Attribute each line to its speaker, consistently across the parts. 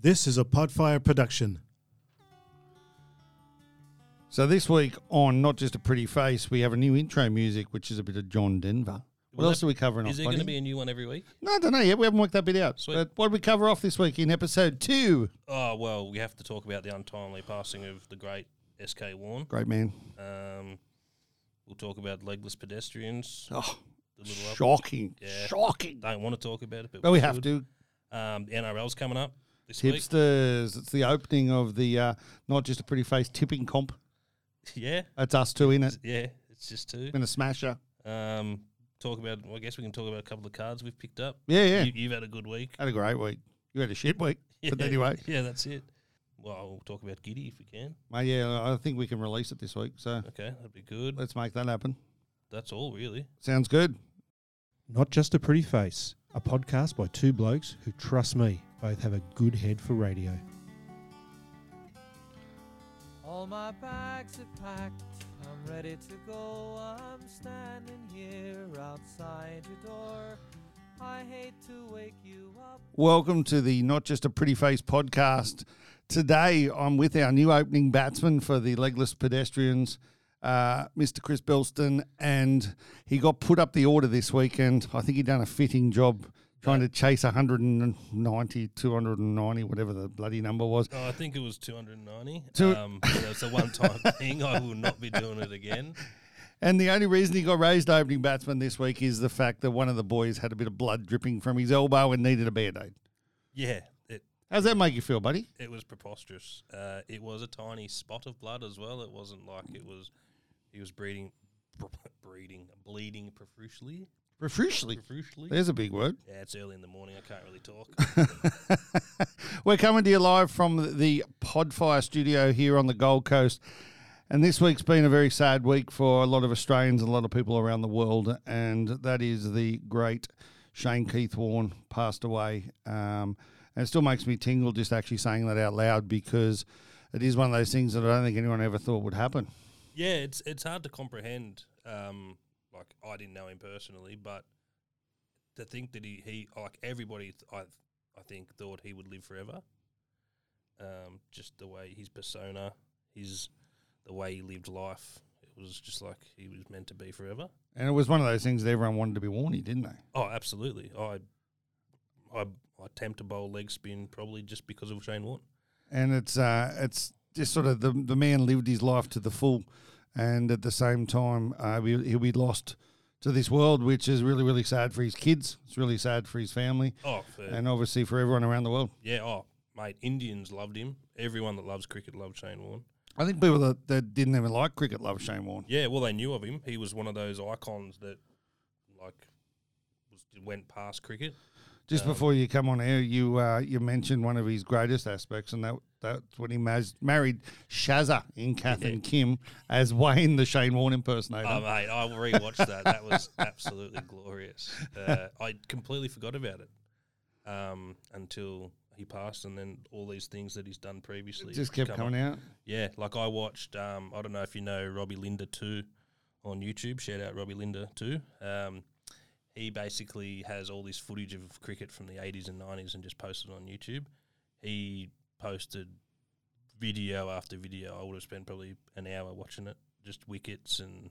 Speaker 1: This is a Podfire production.
Speaker 2: So this week on Not Just a Pretty Face, we have a new intro music, which is a bit of John Denver. What
Speaker 3: Will
Speaker 2: else
Speaker 3: that-
Speaker 2: are we covering
Speaker 3: Is
Speaker 2: off?
Speaker 3: there going to
Speaker 2: buddy?
Speaker 3: be a new one every week?
Speaker 2: No, I don't know yet. We haven't worked that bit out.
Speaker 3: Sweet.
Speaker 2: But what did we cover off this week in episode two?
Speaker 3: Oh well, we have to talk about the untimely passing of the great S.K. Warren.
Speaker 2: Great man.
Speaker 3: Um, we'll talk about legless pedestrians.
Speaker 2: Oh,
Speaker 3: The little up.
Speaker 2: shocking.
Speaker 3: Yeah.
Speaker 2: Shocking.
Speaker 3: Don't want to talk about it, but
Speaker 2: But we have to.
Speaker 3: Um, the NRL's coming up this week.
Speaker 2: Tipsters. It's the opening of the uh, Not Just a Pretty Face tipping comp.
Speaker 3: Yeah,
Speaker 2: That's us two in it.
Speaker 3: yeah, it's just two.
Speaker 2: Been a smasher.
Speaker 3: Um, talk about. Well, I guess we can talk about a couple of cards we've picked up.
Speaker 2: Yeah, yeah.
Speaker 3: You, you've had a good week.
Speaker 2: Had a great week. You had a shit week. But anyway,
Speaker 3: yeah, that's it. Well, we'll talk about Giddy if we can.
Speaker 2: mate, yeah, I think we can release it this week. So
Speaker 3: Okay, that'd be good.
Speaker 2: let's make that happen.
Speaker 3: That's all really.
Speaker 2: Sounds good.
Speaker 1: Not Just a Pretty Face, a podcast by two blokes who, trust me, both have a good head for radio.
Speaker 4: All my bags are packed, I'm ready to go. I'm standing here outside your door. I hate to wake you up.
Speaker 2: Welcome to the Not Just a Pretty Face podcast. Today, I'm with our new opening batsman for the Legless Pedestrians, uh, Mr. Chris Belston, and he got put up the order this weekend. I think he done a fitting job trying to chase 190, 290, whatever the bloody number was.
Speaker 3: Oh, I think it was 290.
Speaker 2: Two-
Speaker 3: um, but it's a one-time thing. I will not be doing it again.
Speaker 2: And the only reason he got raised opening batsman this week is the fact that one of the boys had a bit of blood dripping from his elbow and needed a band aid.
Speaker 3: Yeah, it
Speaker 2: How's that make you feel, buddy?
Speaker 3: it was preposterous. Uh, it was a tiny spot of blood as well. It wasn't like it was. He was breeding, breeding, bleeding profusely.
Speaker 2: Refreshly.
Speaker 3: Profusely.
Speaker 2: There's a big word.
Speaker 3: yeah, it's early in the morning. I can't really talk.
Speaker 2: We're coming to you live from the Podfire studio here on the Gold Coast. And this week's been a very sad week for a lot of Australians and a lot of people around the world. And that is the great Shane Keith Warren passed away. Um, and it still makes me tingle just actually saying that out loud because it is one of those things that I don't think anyone ever thought would happen.
Speaker 3: yeah, it's it's hard to comprehend. Um, like I didn't know him personally, but to think that he, he like everybody, th- I I think thought he would live forever. Um, just the way his persona, his the way he lived life, it was just like he was meant to be forever.
Speaker 2: And it was one of those things that everyone wanted to be Warney, didn't they?
Speaker 3: Oh, absolutely. I I I attempt to bowl leg spin probably just because of Shane Warne.
Speaker 2: and it's uh, it's just sort of the the man lived his life to the full, and at the same time, uh, we, he'll be lost to this world, which is really really sad for his kids. It's really sad for his family,
Speaker 3: Oh, for,
Speaker 2: and obviously for everyone around the world.
Speaker 3: yeah. Oh, mate, Indians loved him. Everyone that loves cricket loved Shane Warne.
Speaker 2: I think people that, that didn't even like cricket love Shane Warne.
Speaker 3: Yeah, well, they knew of him. He was one of those icons that, like, was, went past cricket.
Speaker 2: Just
Speaker 3: Um,
Speaker 2: before you come on air, you uh, you mentioned one of his greatest aspects, and that that's when he mas- married Shazza in Kath and Kim as Wayne, the Shane Warne impersonator.
Speaker 3: Oh, mate, I rewatched that. That was absolutely glorious. Uh, I completely forgot about it um, until he passed, and then all these things that he's done previously
Speaker 2: just kept
Speaker 3: come up.
Speaker 2: coming out.
Speaker 3: Yeah, like I watched. Um, I don't know if you know Robbie Linda too on YouTube. Shout out Robbie Linda too. Um, he basically has all this footage of cricket from the eighties and nineties and just posted it on YouTube. He posted video after video. I would have spent probably an hour watching it, just wickets and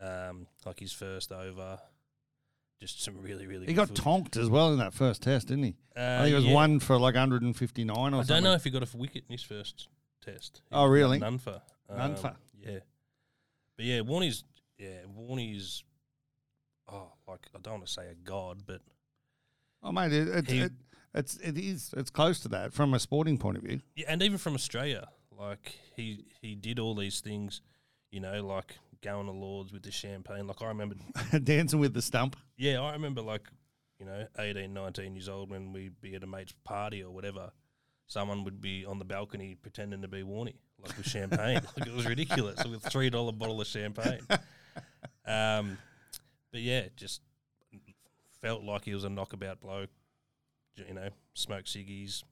Speaker 3: um, like his first over. Just some really, really.
Speaker 2: He
Speaker 3: good
Speaker 2: got
Speaker 3: footage.
Speaker 2: tonked as well in that first test, didn't he? I
Speaker 3: Uh,
Speaker 2: think it was
Speaker 3: yeah.
Speaker 2: one for like 159 or
Speaker 3: I
Speaker 2: something.
Speaker 3: don't know if he got a wicket in his first test. He got
Speaker 2: Oh, really?
Speaker 3: None for. Um,
Speaker 2: None for.
Speaker 3: Yeah. But yeah, Warnie's, yeah, Warnie's, oh, like, I don't want to say a god, but
Speaker 2: Oh, mate, it, it,
Speaker 3: He-
Speaker 2: it, it's, it is. It's close to that from a sporting point of view.
Speaker 3: yeah, and even from Australia, like, he, he did all these things, you know, like going to Lords with the champagne. Like, I remember,
Speaker 2: Dancing with the stump.
Speaker 3: yeah, I remember, like, you know, 18, 19 years old when we'd be at a mate's party or whatever. Someone would be on the balcony pretending to be Warnie, like with champagne. like it was ridiculous with a three dollar bottle of champagne. Um, but yeah, just felt like he was a knockabout bloke. You know, smoked ciggies,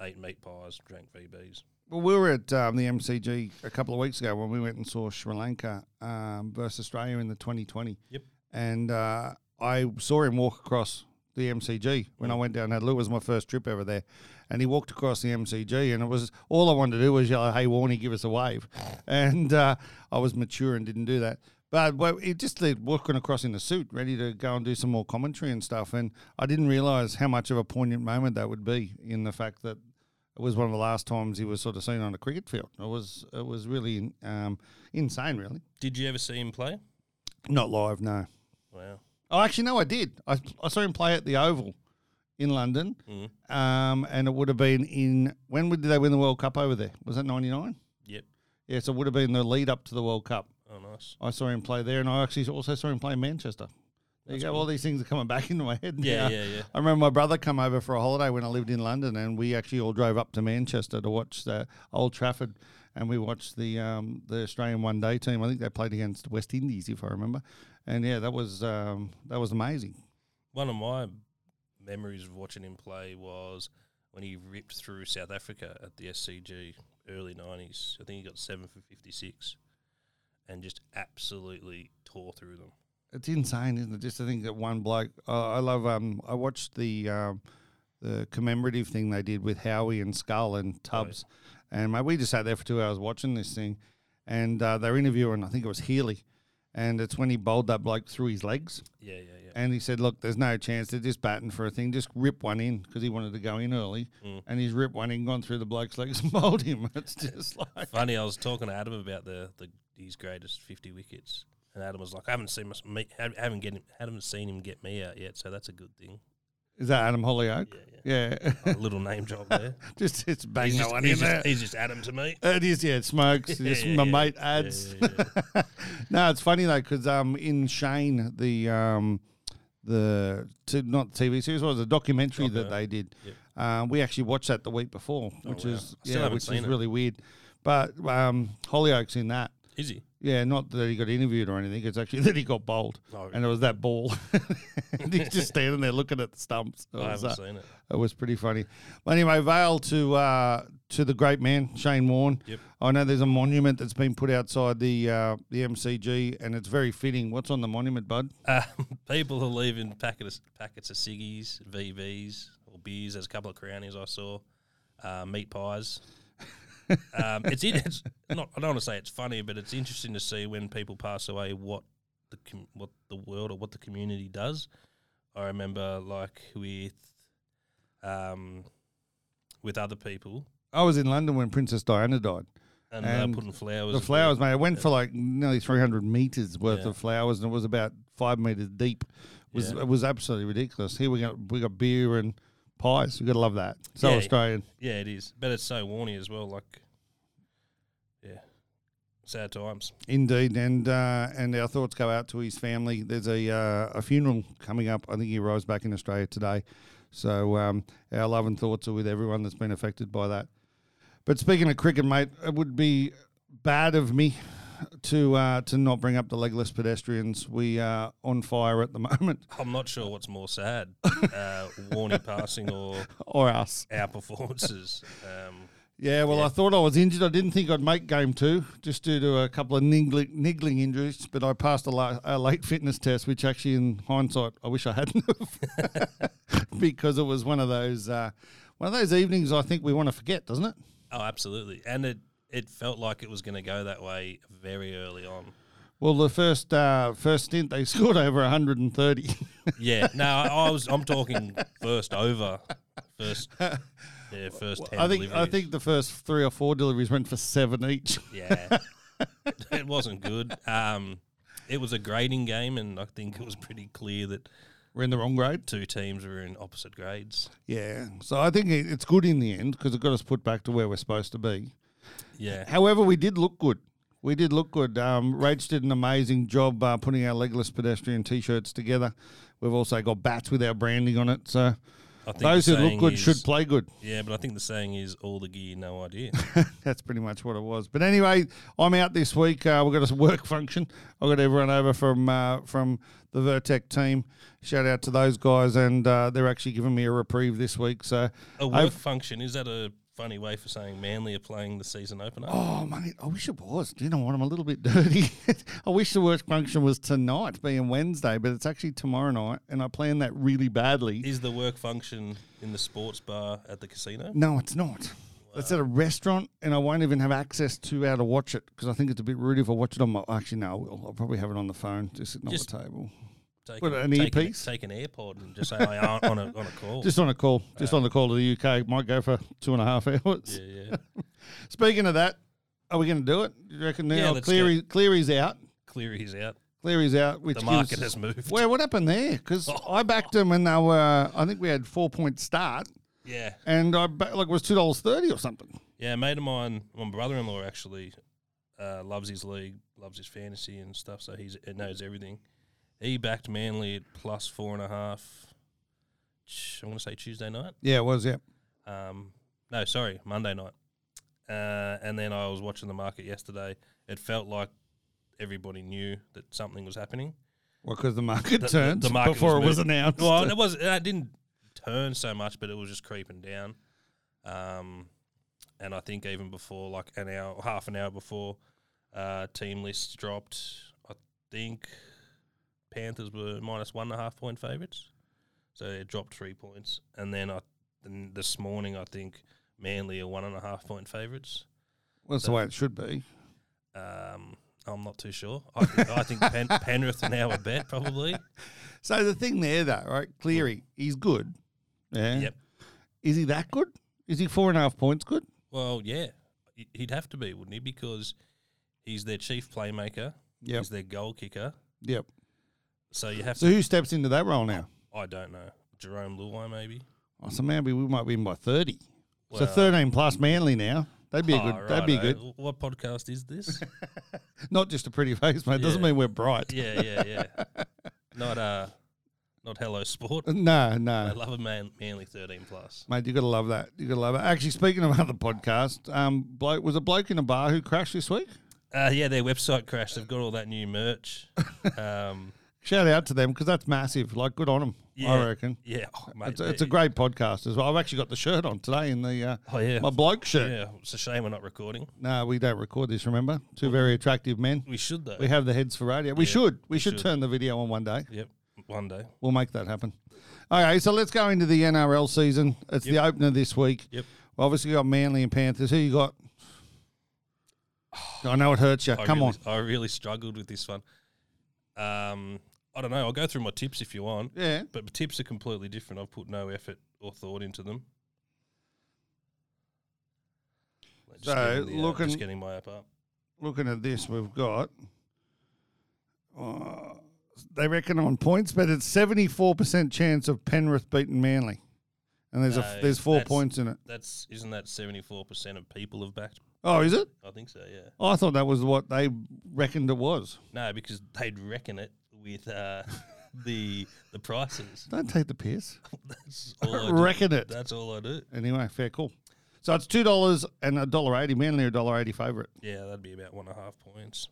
Speaker 3: ate meat pies, drank VBs.
Speaker 2: Well, we were at um, the MCG a couple of weeks ago when we went and saw Sri Lanka um, versus Australia in the 2020.
Speaker 3: Yep.
Speaker 2: And uh, I saw him walk across the MCG when I went down and had a look. It was my first trip over there. And he walked across the MCG, and it was all I wanted to do was yell, Hey, Warnie, give us a wave. And uh, I was mature and didn't do that. But well, it just like walking across in a suit, ready to go and do some more commentary and stuff. And I didn't realize how much of a poignant moment that would be in the fact that it was one of the last times he was sort of seen on a cricket field. It was it was really um, insane, really.
Speaker 3: Did you ever see him play?
Speaker 2: Not live, no.
Speaker 3: Wow.
Speaker 2: Oh, actually, no, I did. I, I saw him play at the Oval in London,
Speaker 3: Mm-hmm.
Speaker 2: um, and it would have been in when did they win the World Cup over there? Was that ninety nine?
Speaker 3: Yep.
Speaker 2: Yeah, so it would have been the lead up to the World Cup.
Speaker 3: Oh, nice.
Speaker 2: I saw him play there, and I actually also saw him play in Manchester. There you go. All these things are coming back into my head.
Speaker 3: Yeah,
Speaker 2: now.
Speaker 3: yeah, yeah.
Speaker 2: I remember my brother come over for a holiday when I lived in London, and we actually all drove up to Manchester to watch the Old Trafford, and we watched the um, the Australian One Day team. I think they played against West Indies, if I remember. And yeah, that was um, that was amazing.
Speaker 3: One of my memories of watching him play was when he ripped through South Africa at the SCG early 90s. I think he got 7 for 56 and just absolutely tore through them.
Speaker 2: It's insane, isn't it? Just to think that one bloke. Uh, I love. Um, I watched the um, the commemorative thing they did with Howie and Skull and Tubbs, and mate, we just sat there for two hours watching this thing, and uh, they're interviewing. I think it was Healy, and it's when he bowled that bloke through his legs,
Speaker 3: Yeah, yeah, yeah.
Speaker 2: and he said, "Look, there's no chance. They're just batting for a thing. Just rip one in because he wanted to go in early,
Speaker 3: Mm.
Speaker 2: and he's ripped one in, gone through the bloke's legs and bowled him. It's just like."
Speaker 3: Funny, I was talking to Adam about the, the his greatest 50 wickets. And Adam was like, I haven't seen, my, me, I haven't, get him, haven't seen him get me out yet, so that's a good thing.
Speaker 2: Is that Adam Hollyoak?
Speaker 3: Yeah,
Speaker 2: Yeah,
Speaker 3: A little name drop there.
Speaker 2: just it's bang
Speaker 3: He's
Speaker 2: that
Speaker 3: just,
Speaker 2: one
Speaker 3: he's
Speaker 2: in
Speaker 3: just-
Speaker 2: there.
Speaker 3: he's just Adam to me.
Speaker 2: It is, yeah. It smokes. It's
Speaker 3: Yeah,
Speaker 2: my
Speaker 3: yeah,
Speaker 2: mate
Speaker 3: yeah,
Speaker 2: adds.
Speaker 3: yeah, yeah.
Speaker 2: no, it's funny though because um, in Shane the um, the t- not the TV series, what was it, the documentary that
Speaker 3: Doco.
Speaker 2: they did. Um, we actually watched that the week before, which
Speaker 3: Oh, wow.
Speaker 2: is
Speaker 3: I still
Speaker 2: yeah,
Speaker 3: haven't
Speaker 2: which is
Speaker 3: seen it.
Speaker 2: really weird. But um, Hollyoaks in that.
Speaker 3: Is he?
Speaker 2: Yeah, not that he got interviewed or anything. It's actually that he got bowled,
Speaker 3: Oh.
Speaker 2: and it was that ball. and he's just standing there looking at the stumps. It
Speaker 3: I
Speaker 2: was,
Speaker 3: haven't
Speaker 2: uh,
Speaker 3: seen it.
Speaker 2: it was pretty funny. But anyway, Vale to uh, to the great man Shane Warne.
Speaker 3: Yep.
Speaker 2: I know there's a monument that's been put outside the uh, the MCG, and it's very fitting. What's on the monument, bud?
Speaker 3: Um, people are leaving packets packets of ciggies, VVs or beers. There's a couple of crownies I saw, uh, meat pies. um, it's in, it's not. I don't want to say it's funny, but it's interesting to see when people pass away what the com- what the world or what the community does. I remember like with um, with other people
Speaker 2: I was in London when Princess Diana died.
Speaker 3: and, they're
Speaker 2: And
Speaker 3: putting flowers.
Speaker 2: The
Speaker 3: and-
Speaker 2: flowers, mate. It went for like nearly 300 meters worth
Speaker 3: Yeah.
Speaker 2: of flowers, and it was about five meters deep. It was
Speaker 3: Yeah.
Speaker 2: it was absolutely ridiculous. Here we got we got beer and pies. You got to love that. So
Speaker 3: Yeah.
Speaker 2: Australian.
Speaker 3: Yeah, it is, but it's so warny as well. Like, yeah, sad times.
Speaker 2: Indeed, and uh, and our thoughts go out to his family. There's a uh, a funeral coming up. I think he arrives back in Australia today, so um, our love and thoughts are with everyone that's been affected by that. But speaking of cricket, mate, it would be bad of me to uh, to not bring up the legless pedestrians. We are on fire at the moment,
Speaker 3: I'm not sure what's more sad, uh, Warney passing or
Speaker 2: or us.
Speaker 3: our performances. Um,
Speaker 2: Yeah, well, I thought I was injured. I didn't think I'd make game two, just due to a couple of niggling, niggling injuries. But I passed a, la- a late fitness test, which actually, in hindsight, I wish I hadn't, have, because it was one of those uh, one of those evenings. I think we want to forget, doesn't it?
Speaker 3: oh, absolutely, and it it felt like it was going to go that way very early on.
Speaker 2: Well, the first uh, first stint, they scored over 130.
Speaker 3: Yeah, no, I, I was I'm talking first over, first yeah, first ten.
Speaker 2: I think I
Speaker 3: deliveries.
Speaker 2: think the first three or four deliveries went for seven each.
Speaker 3: yeah, it wasn't good. Um, it was a grading game, and I think it was pretty clear that
Speaker 2: We're in the wrong grade.
Speaker 3: two teams were in opposite grades.
Speaker 2: Yeah, so I think it, it's good in the end because it got us put back to where we're supposed to be.
Speaker 3: Yeah,
Speaker 2: However, we did look good. We did look good. Um, Rach did an amazing job uh, putting our legless pedestrian T-shirts together. We've also got bats with our branding on it. So
Speaker 3: I think
Speaker 2: those
Speaker 3: the
Speaker 2: who look
Speaker 3: saying
Speaker 2: good
Speaker 3: is-
Speaker 2: should play good.
Speaker 3: Yeah, but I think the saying is all the gear, no idea.
Speaker 2: That's pretty much what it was. But anyway, I'm out this week. Uh, we've got a work function. I've got everyone over from uh, from the Vertec team. Shout out to those guys, and uh, they're actually giving me a reprieve this week. So
Speaker 3: A work function is that a funny way for saying Manly are playing the season opener.
Speaker 2: Oh, mate, I wish it was. Do you know what? I'm a little bit dirty. I wish the worst function was tonight, being Wednesday, but it's actually tomorrow night, and I plan that really badly.
Speaker 3: Is the work function in the sports bar at the casino?
Speaker 2: No, it's not. It's at a restaurant, and I won't even have access to how to watch it because I think it's a bit rude if I watch it on my. Actually, no, I will. I'll probably have it on the phone, just sitting
Speaker 3: Just-
Speaker 2: on the table,
Speaker 3: Take
Speaker 2: What, an
Speaker 3: take
Speaker 2: earpiece?
Speaker 3: Take an AirPod and just say I aren't on a on a call.
Speaker 2: just on a call, just on a call to the UK. Might go for two and a half hours.
Speaker 3: yeah, yeah.
Speaker 2: Speaking of that, are we going to do it? You reckon now?
Speaker 3: Yeah, let's do
Speaker 2: Cleary, Cleary's out.
Speaker 3: Cleary's out.
Speaker 2: Cleary's out. Which
Speaker 3: The market
Speaker 2: gives-
Speaker 3: has moved.
Speaker 2: Well, what happened there? Because I backed them when they were. I think we had four point start,
Speaker 3: Yeah,
Speaker 2: and I ba- like it was two dollars thirty or something.
Speaker 3: yeah. A mate of mine, my brother-in-law actually uh, loves his league, loves his fantasy and stuff. So he's he knows everything. He backed Manly at plus four and a half. ch- I'm going to say Tuesday night.
Speaker 2: Yeah, it was. Yeah,
Speaker 3: Um, no, sorry, Monday night. Uh, and then I was watching the market yesterday. It felt like everybody knew that something was happening.
Speaker 2: well, because the market
Speaker 3: The- the-
Speaker 2: turned
Speaker 3: the market
Speaker 2: before
Speaker 3: was
Speaker 2: it was
Speaker 3: moving.
Speaker 2: announced.
Speaker 3: Well, it was. It didn't turn so much, but it was just creeping down. Um, and I think even before, like an hour, half an hour before, uh, team lists dropped. I think Panthers were minus one and a half point favorites, so it dropped three points. And then I, then this morning, I think Manly are one and a half point favorites.
Speaker 2: Well, that's the way it should be.
Speaker 3: Um, I'm not too sure. I think, I think Pen- Penrith are now a bet probably.
Speaker 2: So the thing there, though, right? Cleary, he's good. Yeah.
Speaker 3: Yep.
Speaker 2: Is he that good? Is he four and a half points good?
Speaker 3: Well, yeah, He- he'd have to be, wouldn't he? Because he's their chief playmaker.
Speaker 2: Yep.
Speaker 3: He's their goal kicker.
Speaker 2: Yep.
Speaker 3: So you have
Speaker 2: So who steps into that role now?
Speaker 3: to. I don't know. Jerome Luai, maybe.
Speaker 2: Oh, so maybe we might win by thirty. so
Speaker 3: Well-
Speaker 2: thirteen plus Manly now. That'd be a
Speaker 3: Ah,
Speaker 2: good. That'd be a
Speaker 3: righto.
Speaker 2: good.
Speaker 3: What podcast is this?
Speaker 2: Not just a pretty face, mate. Doesn't
Speaker 3: Yeah.
Speaker 2: mean we're bright.
Speaker 3: yeah, yeah, yeah. Not uh, not Hello Sport.
Speaker 2: No,
Speaker 3: I
Speaker 2: no.
Speaker 3: love a man, manly thirteen plus.
Speaker 2: Mate, you gotta love that. You gotta love it. Actually, speaking of other podcasts, um, bloke was a bloke in a bar who crashed this week.
Speaker 3: Uh, yeah, their website crashed. They've got all that new merch. Um,
Speaker 2: Shout out to them because that's massive. Like, good on them.
Speaker 3: Yeah.
Speaker 2: I reckon
Speaker 3: yeah, oh, mate,
Speaker 2: it's, a- it's
Speaker 3: they-
Speaker 2: a great podcast as well. I've actually got the shirt on today in the uh,
Speaker 3: Oh yeah,
Speaker 2: my bloke shirt.
Speaker 3: yeah. It's a shame we're not recording.
Speaker 2: No, we don't record this. Remember, two very attractive men.
Speaker 3: We should though.
Speaker 2: We have the heads for radio. We
Speaker 3: Yeah,
Speaker 2: should. We
Speaker 3: we
Speaker 2: should
Speaker 3: should.
Speaker 2: turn the video on one day.
Speaker 3: Yep, one day.
Speaker 2: We'll make that happen. Okay, so let's go into the NRL season. It's the opener this week.
Speaker 3: Yep.
Speaker 2: Well, obviously, you got Manly and Panthers. Who you got? I know it hurts you.
Speaker 3: I
Speaker 2: Come
Speaker 3: Oh, really,
Speaker 2: on.
Speaker 3: I really struggled with this one. Um, I don't know. I'll go through my tips if you want,
Speaker 2: Yeah.
Speaker 3: but my tips are completely different. I've put no effort or thought into them. Just
Speaker 2: So,
Speaker 3: getting the, uh,
Speaker 2: looking-
Speaker 3: just getting my app up.
Speaker 2: Looking at this, we've got. Uh, they reckon on points, but it's seventy four percent chance of Penrith beating Manly, and there's a
Speaker 3: No,
Speaker 2: there's four
Speaker 3: that's-
Speaker 2: points in it.
Speaker 3: That's isn't that seventy four percent of people have backed.
Speaker 2: Oh, is it?
Speaker 3: I think so. Yeah.
Speaker 2: Oh, I thought that was what they reckoned it was.
Speaker 3: No, because they'd reckon it with uh, the the prices.
Speaker 2: Don't take the piss.
Speaker 3: That's all I do.
Speaker 2: Reckon it.
Speaker 3: That's all I do.
Speaker 2: Anyway, fair call. So it's two dollars and a dollar eighty. Manly a dollar eighty favorite.
Speaker 3: Yeah, that'd be about one and a half points.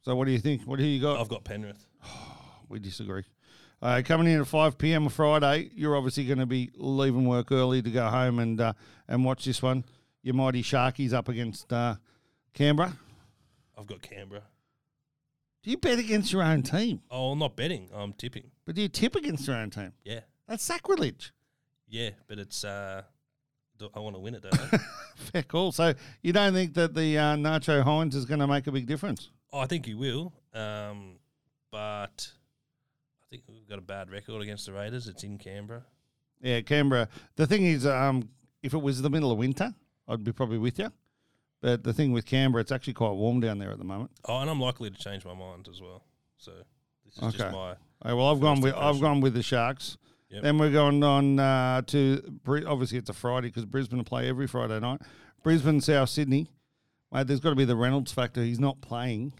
Speaker 2: So what do you think? What do you got?
Speaker 3: I've got Penrith.
Speaker 2: We disagree. Uh, coming in at 5 p.m. Friday, you're obviously going to be leaving work early to go home and uh, and watch this one. Your mighty Sharkies up against uh, Canberra.
Speaker 3: I've got Canberra.
Speaker 2: Do you bet against your own team?
Speaker 3: Oh, I'm not betting. I'm tipping.
Speaker 2: But do you tip against your own team?
Speaker 3: Yeah,
Speaker 2: That's sacrilege.
Speaker 3: yeah, but it's uh, do- I want to win it, don't I?
Speaker 2: Fair call. So you don't think that the uh, Nacho Hines is going to make a big difference?
Speaker 3: oh, I think he will. Um, but I think we've got a bad record against the Raiders. It's in Canberra.
Speaker 2: Yeah, Canberra. The thing is, um, if it was the middle of winter, I'd be probably with you. But the thing with Canberra, it's actually quite warm down there at the moment.
Speaker 3: Oh, and I'm likely to change my mind as well. So this is
Speaker 2: Okay.
Speaker 3: just my
Speaker 2: Oh, well, I've gone
Speaker 3: First
Speaker 2: with I've
Speaker 3: impression.
Speaker 2: gone with the Sharks.
Speaker 3: Yep.
Speaker 2: Then we're going on uh, to Bri- obviously it's a Friday because Brisbane play every Friday night. Brisbane, South Sydney. Mate, there's got to be the Reynolds factor. He's not playing.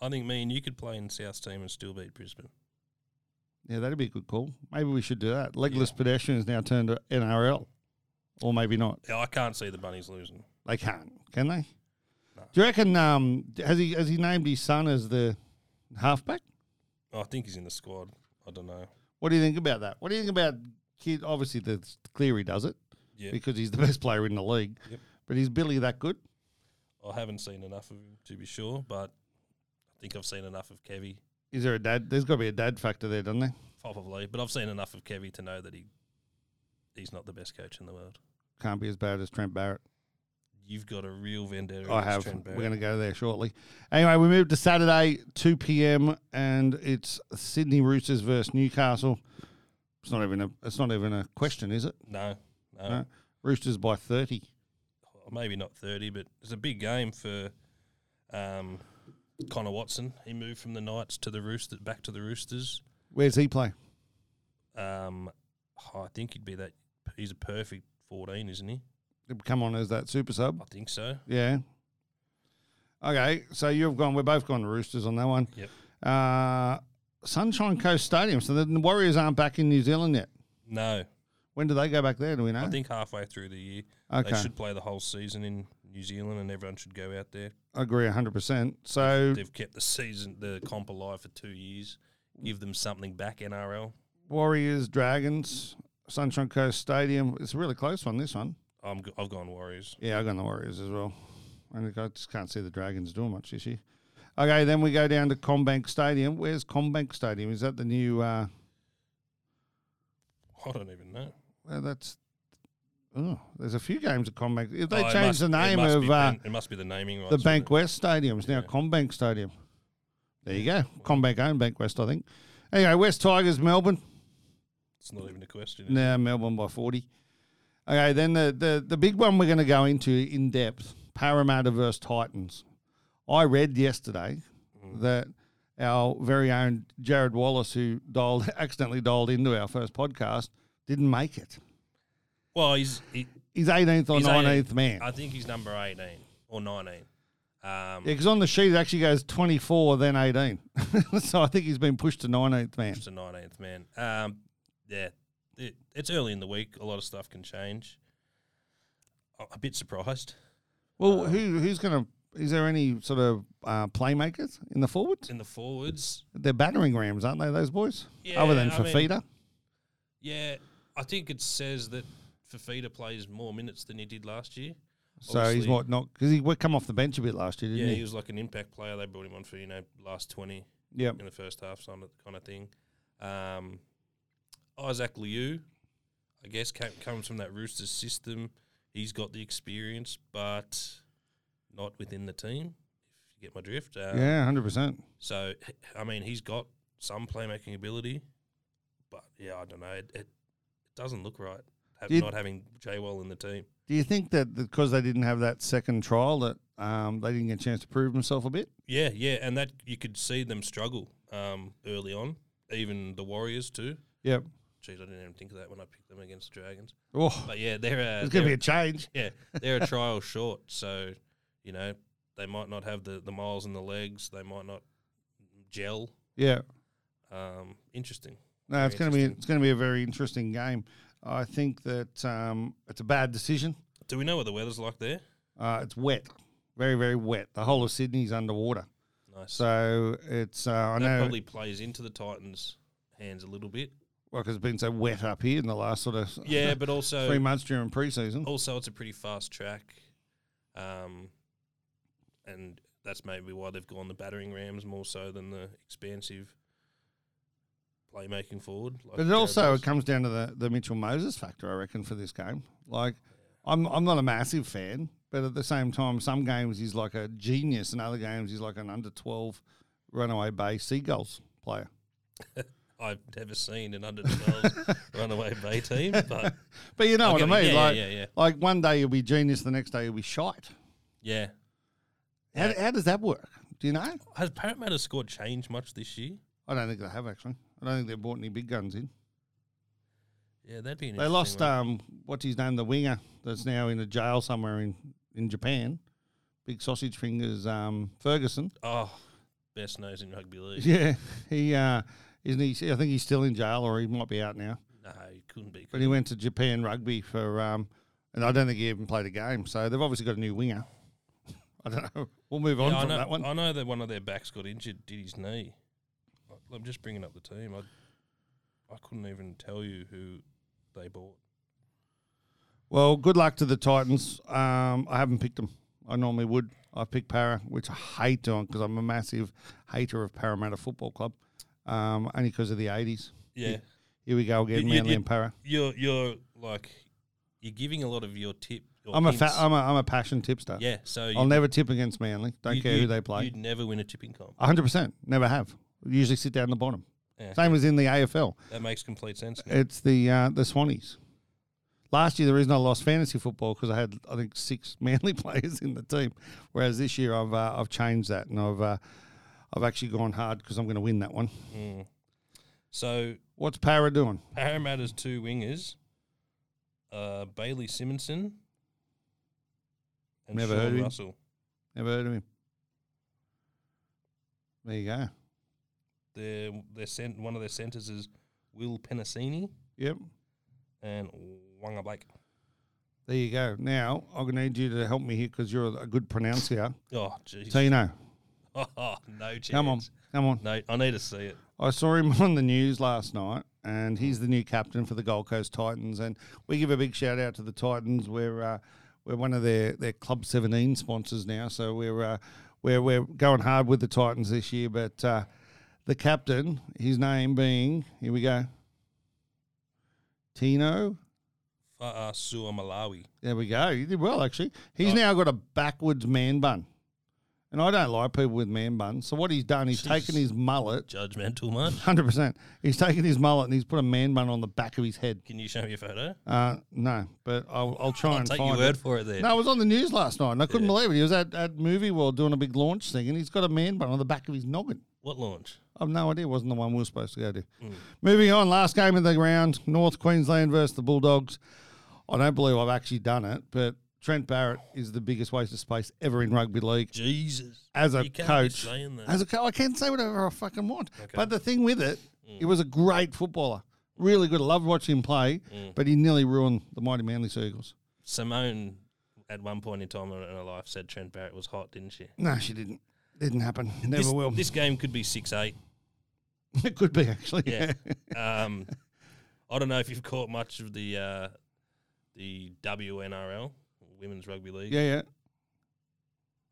Speaker 3: I think me and you could play in South's team and still beat Brisbane.
Speaker 2: Yeah, that'd be a good call. Maybe we should do that. Legless pedestrian is now turned to NRL, or maybe not.
Speaker 3: Yeah, I can't see the Bunnies losing.
Speaker 2: They can't, can they? Do you reckon? Um, has he has he named his son as the halfback?
Speaker 3: Oh, I think he's in the squad. I don't know.
Speaker 2: What do you think about that? What do you think about kid? Obviously, the Cleary does it.
Speaker 3: Yeah.
Speaker 2: because he's the best player in the league.
Speaker 3: Yep.
Speaker 2: But is Billy that good?
Speaker 3: I haven't seen enough of him to be sure, but I think I've seen enough of Kevy,
Speaker 2: Is there a dad? There's got to be a dad factor there, doesn't there?
Speaker 3: probably. But I've seen enough of Kevy to know that he he's not the best coach in the world.
Speaker 2: Can't be as bad as Trent Barrett.
Speaker 3: You've got a real vendetta.
Speaker 2: I
Speaker 3: against
Speaker 2: have.
Speaker 3: Trent
Speaker 2: We're
Speaker 3: Barrett.
Speaker 2: going to go there shortly. Anyway, we moved to Saturday, 2 p.m., and it's Sydney Roosters versus Newcastle. It's not even a. It's not even a question, is it?
Speaker 3: No, no,
Speaker 2: No. Roosters by 30.
Speaker 3: Well, maybe not thirty, but it's a big game for um, Connor Watson. He moved from the Knights to the Roosters, back to the Roosters.
Speaker 2: Where's he play?
Speaker 3: Um, I think he'd be that. He's a perfect fourteen, isn't he?
Speaker 2: He'll Come on, as that super sub?
Speaker 3: I think so.
Speaker 2: Yeah. Okay, so you've gone. We're both gone to Roosters on that one.
Speaker 3: Yep.
Speaker 2: Uh, Sunshine Coast Stadium. So the Warriors aren't back in New Zealand yet.
Speaker 3: No,
Speaker 2: When do they go back there? Do we know?
Speaker 3: I think halfway through the year
Speaker 2: okay,
Speaker 3: they should play the whole season in New Zealand, and everyone should go out there.
Speaker 2: I agree hundred percent. So
Speaker 3: They've kept the season, the comp alive for two years. Give them something back, NRL.
Speaker 2: Warriors, Dragons, Sunshine Coast Stadium. It's a really close one. This one.
Speaker 3: I'm, go- I've gone Warriors.
Speaker 2: Yeah, I've gone the Warriors as well. And I just can't see the Dragons doing much this year. Okay, then we go down to Combank Stadium. Where's Combank Stadium? Is that the new? Uh,
Speaker 3: I don't even know.
Speaker 2: well, that's. Oh, there's a few games at Combank. If they
Speaker 3: Oh, it
Speaker 2: changed the
Speaker 3: must- it
Speaker 2: name
Speaker 3: must
Speaker 2: of
Speaker 3: be,
Speaker 2: uh,
Speaker 3: ban- it must be the naming rights.
Speaker 2: the
Speaker 3: wouldn't
Speaker 2: Bank
Speaker 3: it?
Speaker 2: West Stadium. It's now
Speaker 3: Yeah.
Speaker 2: Combank Stadium. There you go. Combank owned Bank West, I think. Anyway, West Tigers, Melbourne.
Speaker 3: It's not even a question. is it?
Speaker 2: Now Melbourne by 40. Okay, then the, the, the big one we're going to go into in depth Parramatta versus Titans. I read yesterday
Speaker 3: Mm.
Speaker 2: that our very own Jared Wallace, who dialed, accidentally dialed into our first podcast, didn't make it.
Speaker 3: Well, he's. He,
Speaker 2: He's 18th or
Speaker 3: He's
Speaker 2: 19th
Speaker 3: 18th.
Speaker 2: man.
Speaker 3: I think he's number eighteen or nineteen. Um,
Speaker 2: because on the sheet it actually goes 24, then 18. so I think he's been pushed to 19th man.
Speaker 3: It's the nineteenth man. Um, yeah, it, it's early in the week. A lot of stuff can change. I'm a bit surprised
Speaker 2: Well, who who's going to? Is there any sort of uh, playmakers in the forwards?
Speaker 3: in the forwards.
Speaker 2: They're battering rams, aren't they? Those boys.
Speaker 3: Yeah,
Speaker 2: Other than
Speaker 3: I mean-
Speaker 2: Fafita,
Speaker 3: Yeah, I think it says that Fafita plays more minutes than he did last year.
Speaker 2: so he's
Speaker 3: obviously-
Speaker 2: what not because he w- come off the bench a bit last year,
Speaker 3: Yeah,
Speaker 2: didn't
Speaker 3: he was like an impact player. They brought him on for you know last twenty
Speaker 2: he? Yep.
Speaker 3: in the first half, some of- kind of thing. Um, Isaac Liu, I guess, came, comes from that Roosters system. He's got the experience, but not within the team. If you get my drift, um,
Speaker 2: yeah, hundred percent.
Speaker 3: So h- I mean, he's got some playmaking ability, but yeah, I don't know. It, it, doesn't look right have,
Speaker 2: Did-
Speaker 3: not having J Wall in the team.
Speaker 2: Do you think that because they didn't have that second trial that um, they didn't get a chance to prove themselves a bit?
Speaker 3: Yeah, yeah, and that you could see them struggle um, early on. Even the Warriors too.
Speaker 2: Yep.
Speaker 3: Jeez, I didn't even think of that when I picked them against the Dragons.
Speaker 2: Oh,
Speaker 3: But yeah, they're a,
Speaker 2: it's going to be
Speaker 3: they're,
Speaker 2: a change.
Speaker 3: yeah, they're a trial short. So, you know, they might not have the, the miles in the legs. They might not gel.
Speaker 2: Yeah.
Speaker 3: Um, interesting.
Speaker 2: No, it's going to be
Speaker 3: interesting.
Speaker 2: it's going to be a very interesting game. I think that um, it's a bad decision.
Speaker 3: Do we know what the weather's like there?
Speaker 2: Uh, it's wet, very very wet. The whole of Sydney's underwater.
Speaker 3: Nice.
Speaker 2: So it's uh, I
Speaker 3: that
Speaker 2: know
Speaker 3: probably plays into the Titans' hands a little bit.
Speaker 2: well, 'cause it's been so wet up here in the last sort of
Speaker 3: Yeah, but uh, oh,
Speaker 2: three
Speaker 3: also
Speaker 2: months during preseason.
Speaker 3: also it's a pretty fast track, um, and that's maybe why they've gone the battering rams more so than the expansive playmaking forward. Like
Speaker 2: But it
Speaker 3: Jared
Speaker 2: also
Speaker 3: Wallace.
Speaker 2: it comes down to the, the Mitchell Moses factor, I reckon, for this game. Like, I'm I'm not a massive fan, but at the same time, some games he's like a genius, and other games he's like an under twelve runaway bay seagulls player.
Speaker 3: I've never seen an under 12 runaway Bay team, but
Speaker 2: But you know
Speaker 3: I
Speaker 2: what I
Speaker 3: get it.
Speaker 2: mean?
Speaker 3: Yeah, yeah,
Speaker 2: like,
Speaker 3: yeah, yeah.
Speaker 2: like one day you'll be genius, the next day you'll be shite.
Speaker 3: yeah.
Speaker 2: How,
Speaker 3: Yeah.
Speaker 2: how does that work? Do you know?
Speaker 3: Has Parramatta's squad changed much this year?
Speaker 2: I don't think they have actually. I don't think they've brought any big guns in.
Speaker 3: Yeah, that'd be an
Speaker 2: They lost
Speaker 3: interesting
Speaker 2: um, what's his name, the winger that's now in a jail somewhere in in Japan. Big sausage fingers, um, Ferguson.
Speaker 3: one. Oh, best nose in rugby league.
Speaker 2: Yeah, he uh, isn't he? I think he's still in jail, or he might be out now.
Speaker 3: No, he couldn't be.
Speaker 2: But he went to Japan rugby for, um, and I don't think he even played a game. So they've obviously got a new winger. I don't know. We'll move on
Speaker 3: Yeah, I
Speaker 2: from
Speaker 3: know,
Speaker 2: that one.
Speaker 3: I know that one of their backs got injured, did his knee. I- I'm just bringing up the team. I I couldn't even tell you who they bought.
Speaker 2: Well, good luck to the Titans. Um, I haven't picked them. I normally would. I picked Para, which I hate doing because I'm a massive hater of Parramatta Football Club, um, only because of the 80s.
Speaker 3: Yeah,
Speaker 2: Here we go again,
Speaker 3: You- you-
Speaker 2: Manly
Speaker 3: you-
Speaker 2: and Para.
Speaker 3: you're you're like you're giving a lot of your tip. Your
Speaker 2: I'm a, fa-
Speaker 3: hints.
Speaker 2: I'm a I'm a passion tipster.
Speaker 3: yeah. So
Speaker 2: I'll never tip against Manly. Don't
Speaker 3: you-
Speaker 2: care
Speaker 3: you-
Speaker 2: who they play.
Speaker 3: You'd never win a tipping comp.
Speaker 2: hundred percent. Never have. Usually sit down the bottom.
Speaker 3: Yeah.
Speaker 2: Same as in the AFL.
Speaker 3: That makes complete sense. Now.
Speaker 2: It's the uh, the Swannies. Last year, the reason I lost fantasy football because I had I think six Manly players in the team, whereas this year I've uh, I've changed that and I've uh, I've actually gone hard because I'm going to win that one.
Speaker 3: Mm. So
Speaker 2: What's Para doing?
Speaker 3: Parramatta's two wingers, uh, Bailey Simonson and
Speaker 2: Never
Speaker 3: Sean
Speaker 2: heard of him.
Speaker 3: Russell.
Speaker 2: Never heard of him. There you go.
Speaker 3: Their their cent- one of their centres is Will Penasini
Speaker 2: Yep.
Speaker 3: and Wanga Blake.
Speaker 2: There you go. Now I'm going to need you to help me here because you're a good pronouncer.
Speaker 3: Oh, jeez.
Speaker 2: So you know.
Speaker 3: Oh, no chance.
Speaker 2: Come on. Come on.
Speaker 3: No, I need to see it.
Speaker 2: I saw him on the news last night, and he's the new captain for the Gold Coast Titans. And we give a big shout out to the Titans. We're uh, we're one of their, their Club Seventeen sponsors now, so we're uh, we're we're going hard with the Titans this year. But uh, the captain, his name being here we go, Tino.
Speaker 3: Fa'a Sua Malawi.
Speaker 2: There we go. You did well actually. He's
Speaker 3: Right.
Speaker 2: now got a backwards man bun. And I don't like people with man buns. So what he's done, he's taken
Speaker 3: Jeez.
Speaker 2: his mullet
Speaker 3: Judgmental much.
Speaker 2: Hundred percent. He's taken his mullet and he's put a man bun on the back of his head.
Speaker 3: Can you show me a photo?
Speaker 2: Uh, no, but I'll, I'll try
Speaker 3: I'll
Speaker 2: and
Speaker 3: take
Speaker 2: find
Speaker 3: your word
Speaker 2: it.
Speaker 3: for it there.
Speaker 2: No, it was on the news last night, and I couldn't believe it. He was at, at Movie World doing a big launch thing, and he's got a man bun on the back of his noggin.
Speaker 3: What launch?
Speaker 2: I've no idea. It wasn't the one we were supposed to go to.
Speaker 3: Mm.
Speaker 2: Moving on, last game of the round: North Queensland versus the Bulldogs. I don't believe I've actually done it, but Trent Barrett is the biggest waste of space ever in rugby league
Speaker 3: Jesus.
Speaker 2: as a
Speaker 3: You can't be
Speaker 2: coach.
Speaker 3: saying that.
Speaker 2: As a coach, I can say whatever I fucking want. But the thing with it,
Speaker 3: Mm.
Speaker 2: he was a great footballer. Really good. I loved watching him play,
Speaker 3: Mm.
Speaker 2: but he nearly ruined the mighty Manly Seagulls.
Speaker 3: Simone, at one point in time in her life, said Trent Barrett was hot, didn't she?
Speaker 2: No, she didn't. Didn't happen. Never
Speaker 3: this,
Speaker 2: will.
Speaker 3: This game could be six eight.
Speaker 2: it could be actually.
Speaker 3: Yeah. um, I don't know if you've caught much of the uh, the WNRL Women's Rugby League.
Speaker 2: yeah, yeah.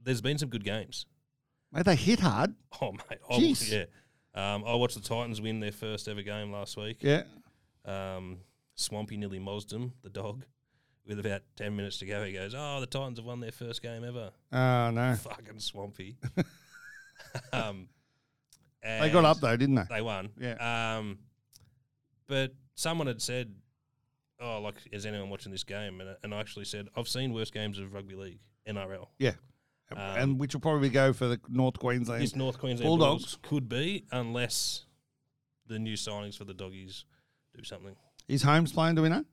Speaker 3: There's been some good games.
Speaker 2: Mate, they hit hard.
Speaker 3: Oh mate, I,
Speaker 2: Jeez.
Speaker 3: yeah. Um, I watched the Titans win their first ever game last week.
Speaker 2: Yeah.
Speaker 3: Um, Swampy nearly mosed him, the dog. With about ten minutes to go, he goes, "Oh, the Titans have won their first game ever."
Speaker 2: Oh no.
Speaker 3: Fucking Swampy. um,
Speaker 2: They got
Speaker 3: and-
Speaker 2: up though, didn't they?
Speaker 3: they won.
Speaker 2: Yeah.
Speaker 3: Um, but someone had said, "Oh, like, is anyone watching this game?" And, I- and I actually said, "I've seen worse games of rugby league, NRL.
Speaker 2: Yeah.
Speaker 3: Um,
Speaker 2: and which will probably go for the North Queensland.
Speaker 3: This North Queensland
Speaker 2: Bulldogs.
Speaker 3: Bulldogs. could be, unless the new signings for the doggies do something.
Speaker 2: His home's playing, do we know?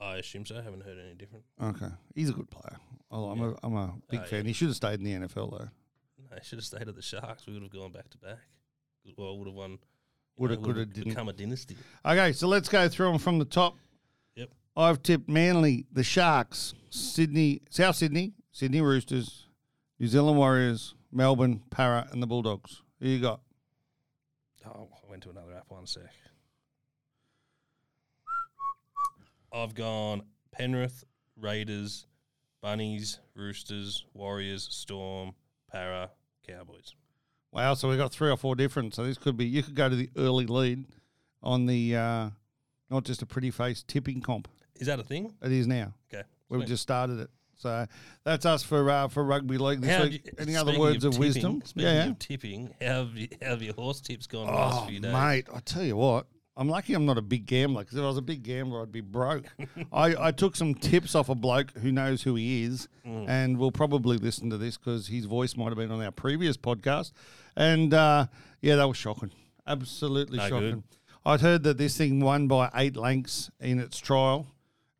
Speaker 3: I assume so. I haven't heard any different.
Speaker 2: Okay. He's a good player. Oh, I'm, a, I'm a big
Speaker 3: Oh,
Speaker 2: fan. He should have stayed in the NFL though.
Speaker 3: No, I should have stayed at the Sharks. We would have gone back to back. Well, would have won. you
Speaker 2: Woulda,
Speaker 3: know,
Speaker 2: coulda,
Speaker 3: would've
Speaker 2: didn't.
Speaker 3: become a dynasty.
Speaker 2: Okay, so let's go through them from the top.
Speaker 3: Yep.
Speaker 2: I've tipped Manly, the Sharks, Sydney, South Sydney, Sydney Roosters, New Zealand Warriors, Melbourne, Para, and the Bulldogs. Who you got?
Speaker 3: Oh, I went to another app. One sec. I've gone Penrith, Raiders, Bunnies, Roosters, Warriors, Storm, Para, Cowboys.
Speaker 2: Wow, so we got three or four different. So this could be you could go to the early lead on the uh, not just a pretty face tipping comp.
Speaker 3: Is that a thing?
Speaker 2: It is now.
Speaker 3: Okay.
Speaker 2: We've
Speaker 3: sweet.
Speaker 2: just started it. So that's us for uh, for rugby league this
Speaker 3: How
Speaker 2: week.
Speaker 3: have you-
Speaker 2: Any other
Speaker 3: speaking
Speaker 2: words of,
Speaker 3: tipping-
Speaker 2: wisdom?
Speaker 3: Speaking of tipping, how have, you, how have your horse tips gone the
Speaker 2: Oh,
Speaker 3: last few days?
Speaker 2: mate, I tell you what, I'm lucky I'm not a big gambler because if I was a big gambler, I'd be broke. I, I took some tips off a bloke who knows who he is
Speaker 3: Mm.
Speaker 2: and will probably listen to this because his voice might have been on our previous podcast. And uh, yeah, that was shocking. Absolutely
Speaker 3: No good.
Speaker 2: shocking. I'd heard that this thing won by eight lengths in its trial,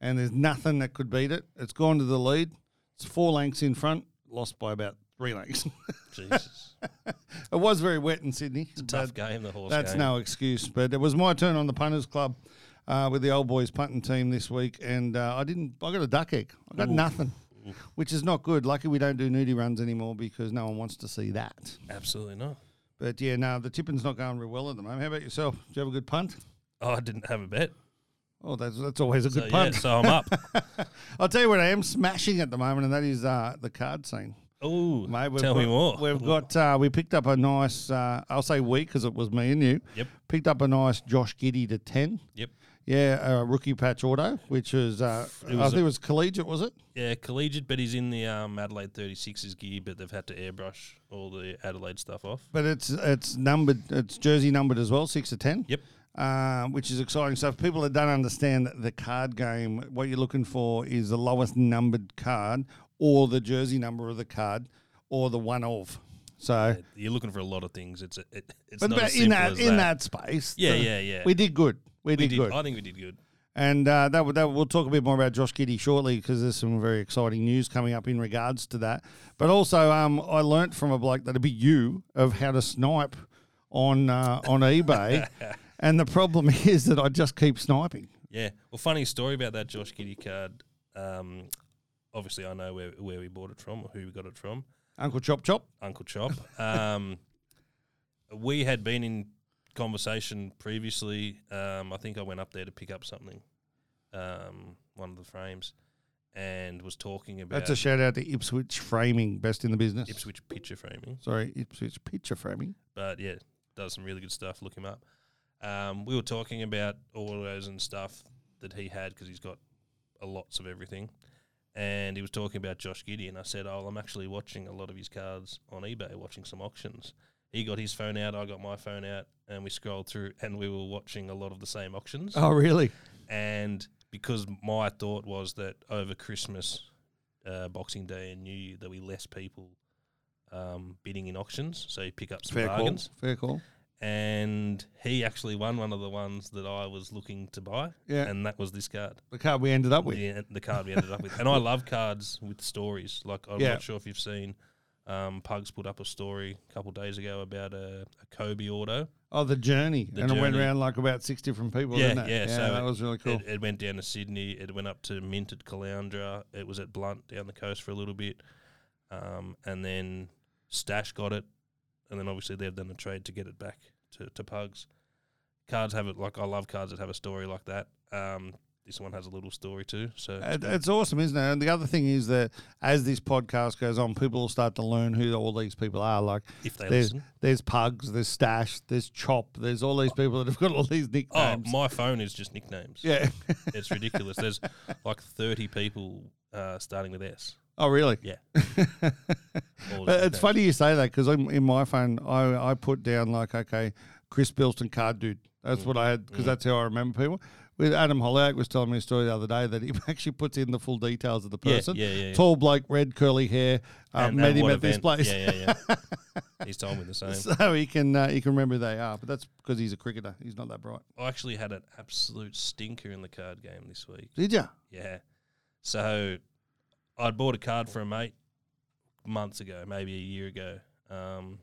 Speaker 2: and there's nothing that could beat it. It's gone to the lead, it's four lengths in front, lost by about three lengths.
Speaker 3: Jesus.
Speaker 2: it was very wet in Sydney.
Speaker 3: Tough
Speaker 2: but-
Speaker 3: game, the horse
Speaker 2: that's
Speaker 3: game.
Speaker 2: no excuse. But it was my turn on the punters club uh, with the old boys punting team this week, and uh, I didn't. I got a duck egg. I got nothing, which is not good. Lucky we don't do nudie runs anymore because no one wants to see that.
Speaker 3: Absolutely not.
Speaker 2: But yeah, no, the tipping's not going real well at the moment. How about yourself? Do you have a good punt?
Speaker 3: Oh, I didn't have a bet.
Speaker 2: Oh, that's that's always a
Speaker 3: So,
Speaker 2: good
Speaker 3: yeah,
Speaker 2: pun.
Speaker 3: so I'm up.
Speaker 2: I'll tell you what I am smashing at the moment, and that is uh, the card scene.
Speaker 3: Ooh,
Speaker 2: Mate, we've
Speaker 3: tell
Speaker 2: got,
Speaker 3: me more.
Speaker 2: We've got uh, we picked up a nice. Uh, I'll say we because it was me and you.
Speaker 3: Yep.
Speaker 2: Picked up a nice Josh Giddy to ten.
Speaker 3: Yep.
Speaker 2: Yeah, a rookie patch auto, which is uh,
Speaker 3: It
Speaker 2: I
Speaker 3: was
Speaker 2: think
Speaker 3: a-
Speaker 2: it was collegiate, was it?
Speaker 3: Yeah, collegiate, but he's in the um, Adelaide 36's gear, but they've had to airbrush all the Adelaide stuff off.
Speaker 2: But it's it's numbered, it's jersey numbered as well, six to ten.
Speaker 3: Yep.
Speaker 2: Uh, which is exciting stuff. People that don't understand the card game, what you're looking for is the lowest numbered card or the jersey number of the card or the one of. So,
Speaker 3: You're looking for a lot of things. It's a, it, it's
Speaker 2: but,
Speaker 3: not
Speaker 2: but
Speaker 3: as
Speaker 2: in
Speaker 3: simple
Speaker 2: that
Speaker 3: as
Speaker 2: in that space,
Speaker 3: Yeah,
Speaker 2: the-
Speaker 3: yeah, yeah.
Speaker 2: we did good. We,
Speaker 3: we
Speaker 2: did, good.
Speaker 3: I think we did good.
Speaker 2: And uh, that, would- that we'll talk a bit more about Josh Giddy shortly because there's some very exciting news coming up in regards to that. But also, um, I learnt from a bloke that'd be you of how to snipe on uh, on eBay, and the problem is that I just keep sniping.
Speaker 3: Yeah. Well, funny story about that Josh Giddy card. Um, obviously, I know where, where we bought it from or who we got it from.
Speaker 2: Uncle Chop Chop.
Speaker 3: Uncle Chop. Um, we had been in conversation previously. Um, I think I went up there to pick up something, um, one of the frames, and was talking about
Speaker 2: That's a shout out to Ipswich Framing, best in the business.
Speaker 3: Ipswich picture framing.
Speaker 2: Sorry, Ipswich Picture Framing.
Speaker 3: But yeah, does some really good stuff. Look him up. Um, we were talking about autos and stuff that he had because he's got a lots of everything. And he was talking about Josh Giddy, and I said, "Oh, I'm actually watching a lot of his cards on eBay, watching some auctions." He got his phone out, I got my phone out, and we scrolled through, and we were watching a lot of the same auctions.
Speaker 2: Oh, really?
Speaker 3: And because my thought was that over Christmas, uh, Boxing Day, and New Year, there'll be less people um, bidding in auctions, so you pick up some
Speaker 2: Fair
Speaker 3: bargains
Speaker 2: call. Fair call.
Speaker 3: and he actually won one of the ones that I was looking to buy,
Speaker 2: Yeah,
Speaker 3: and that was this card,
Speaker 2: the card we ended up with.
Speaker 3: the, the card we ended up with. And I love cards with stories. Like I'm
Speaker 2: Yeah.
Speaker 3: not sure if you've seen, um, Pugs put up a story a couple days ago about a, a Kobe auto.
Speaker 2: Oh, the journey,
Speaker 3: The
Speaker 2: and it went
Speaker 3: journey.
Speaker 2: around like about six different people.
Speaker 3: Yeah,
Speaker 2: didn't it?
Speaker 3: yeah, so
Speaker 2: that
Speaker 3: it-
Speaker 2: was really cool.
Speaker 3: It, it went down to Sydney. It went up to Mint at Caloundra. It was at Blunt down the coast for a little bit, um, and then Stash got it, and then obviously they've done a trade to get it back to, to Pugs. Cards have it like I love cards that have a story like that. Um, this one has a little story too. So it's
Speaker 2: It-
Speaker 3: good.
Speaker 2: It's awesome, isn't it? And the other thing is that as this podcast goes on, people will start to learn who all these people are. Like
Speaker 3: if they
Speaker 2: there's
Speaker 3: listen.
Speaker 2: there's Pugs, there's Stash, there's Chop, there's all these people that have got all these
Speaker 3: Oh,
Speaker 2: nicknames.
Speaker 3: my phone is just nicknames.
Speaker 2: yeah.
Speaker 3: It's ridiculous. There's like 30 people uh, starting with S.
Speaker 2: oh, really?
Speaker 3: Yeah. All
Speaker 2: But
Speaker 3: just
Speaker 2: Uh, it's
Speaker 3: nicknames.
Speaker 2: funny you say that because in my phone, I, I put down like, okay, Chris Bilston card dude.
Speaker 3: Mm.
Speaker 2: That's what I had because that's how I remember people. With Adam Holliak was telling me a story the other day that he actually puts in the full details of the
Speaker 3: Yeah,
Speaker 2: person.
Speaker 3: yeah, yeah, yeah.
Speaker 2: Tall bloke, red curly hair. Um,
Speaker 3: And-
Speaker 2: met
Speaker 3: and
Speaker 2: him
Speaker 3: what
Speaker 2: at this
Speaker 3: event-
Speaker 2: place.
Speaker 3: Yeah, yeah, yeah. He's told me the same.
Speaker 2: so he can uh, he can remember who they are. But that's because he's a cricketer. He's not that bright.
Speaker 3: I actually had an absolute stinker in the card game this week.
Speaker 2: Did you?
Speaker 3: Yeah. So I'd bought a card for a mate months ago, maybe a year ago. Um,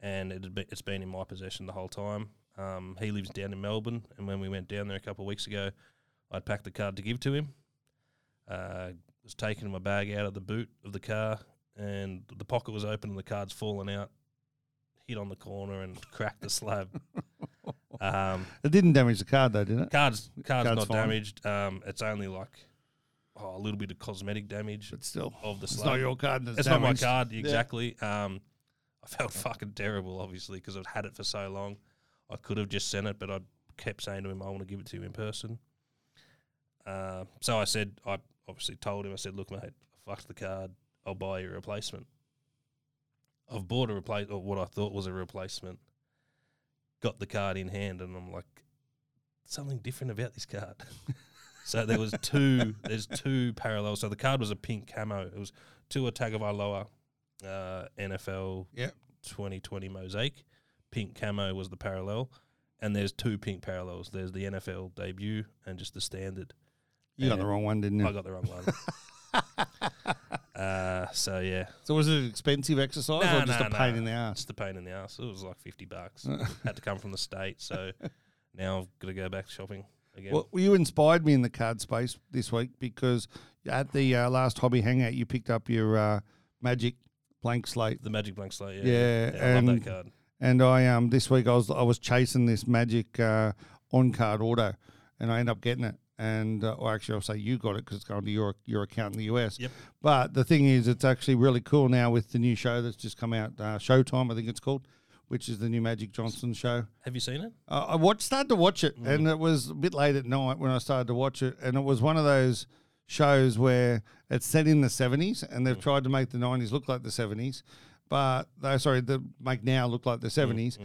Speaker 3: and it had be, it's been in my possession the whole time. Um, he lives down in Melbourne. And when we went down there a couple of weeks ago, I'd packed the card to give to him. Uh, was taking my bag out of the boot of the car, and the pocket was open, and the card's fallen out, hit on the corner, and cracked the slab. Um,
Speaker 2: It didn't damage the card though, did it?
Speaker 3: Cards, cards,
Speaker 2: Card's
Speaker 3: not
Speaker 2: fine.
Speaker 3: damaged. Um, it's only like oh, a little bit of cosmetic damage
Speaker 2: But still,
Speaker 3: of the
Speaker 2: it's
Speaker 3: slab.
Speaker 2: not your card. That's
Speaker 3: It's not my
Speaker 2: damaged.
Speaker 3: card exactly. Um, I felt fucking terrible, obviously, because I've had it for so long. I could have just sent it, but I kept saying to him, "I want to give it to you in person." Uh, so I said, I obviously told him, I said, "Look, mate, I fucked the card. I'll buy you a replacement." I've bought a replace or what I thought was a replacement. Got the card in hand, and I'm like, something different about this card. so there was two. There's two parallels. So the card was a pink camo. It was Tua Tagovailoa, uh, NFL
Speaker 2: Yep.
Speaker 3: 2020 mosaic. Pink camo was the parallel, and there's two pink parallels. There's the NFL debut and just the standard.
Speaker 2: You got the wrong one, didn't you?
Speaker 3: I got the wrong one. uh, so yeah,
Speaker 2: So was it an expensive exercise
Speaker 3: No,
Speaker 2: or just
Speaker 3: no,
Speaker 2: a pain
Speaker 3: no.
Speaker 2: in the ass?
Speaker 3: it's the pain in the ass. It was like fifty bucks. Had to come from the state, so now I've got to go back shopping again.
Speaker 2: Well, you inspired me in the card space this week because at the uh, last hobby hangout, you picked up your uh, magic blank slate.
Speaker 3: The magic blank slate. Yeah,
Speaker 2: Yeah,
Speaker 3: I love
Speaker 2: and-
Speaker 3: that card.
Speaker 2: And I um this week I was I was chasing this magic uh, on card auto, and I end up getting it. And uh, or actually, I'll say you got it because it's going to your your account in the US.
Speaker 3: Yep.
Speaker 2: But the thing is, it's actually really cool now with the new show that's just come out, uh, Showtime, I think it's called, which is the new Magic Johnson show.
Speaker 3: Have you seen it?
Speaker 2: Uh, I watched, started to watch it,
Speaker 3: Mm-hmm.
Speaker 2: and it was a bit late at night when I started to watch it, and it was one of those shows where it's set in the seventies,
Speaker 3: Mm.
Speaker 2: and they've tried to make the nineties look like the seventies, but they sorry, the make now look like the
Speaker 3: Mm,
Speaker 2: seventies,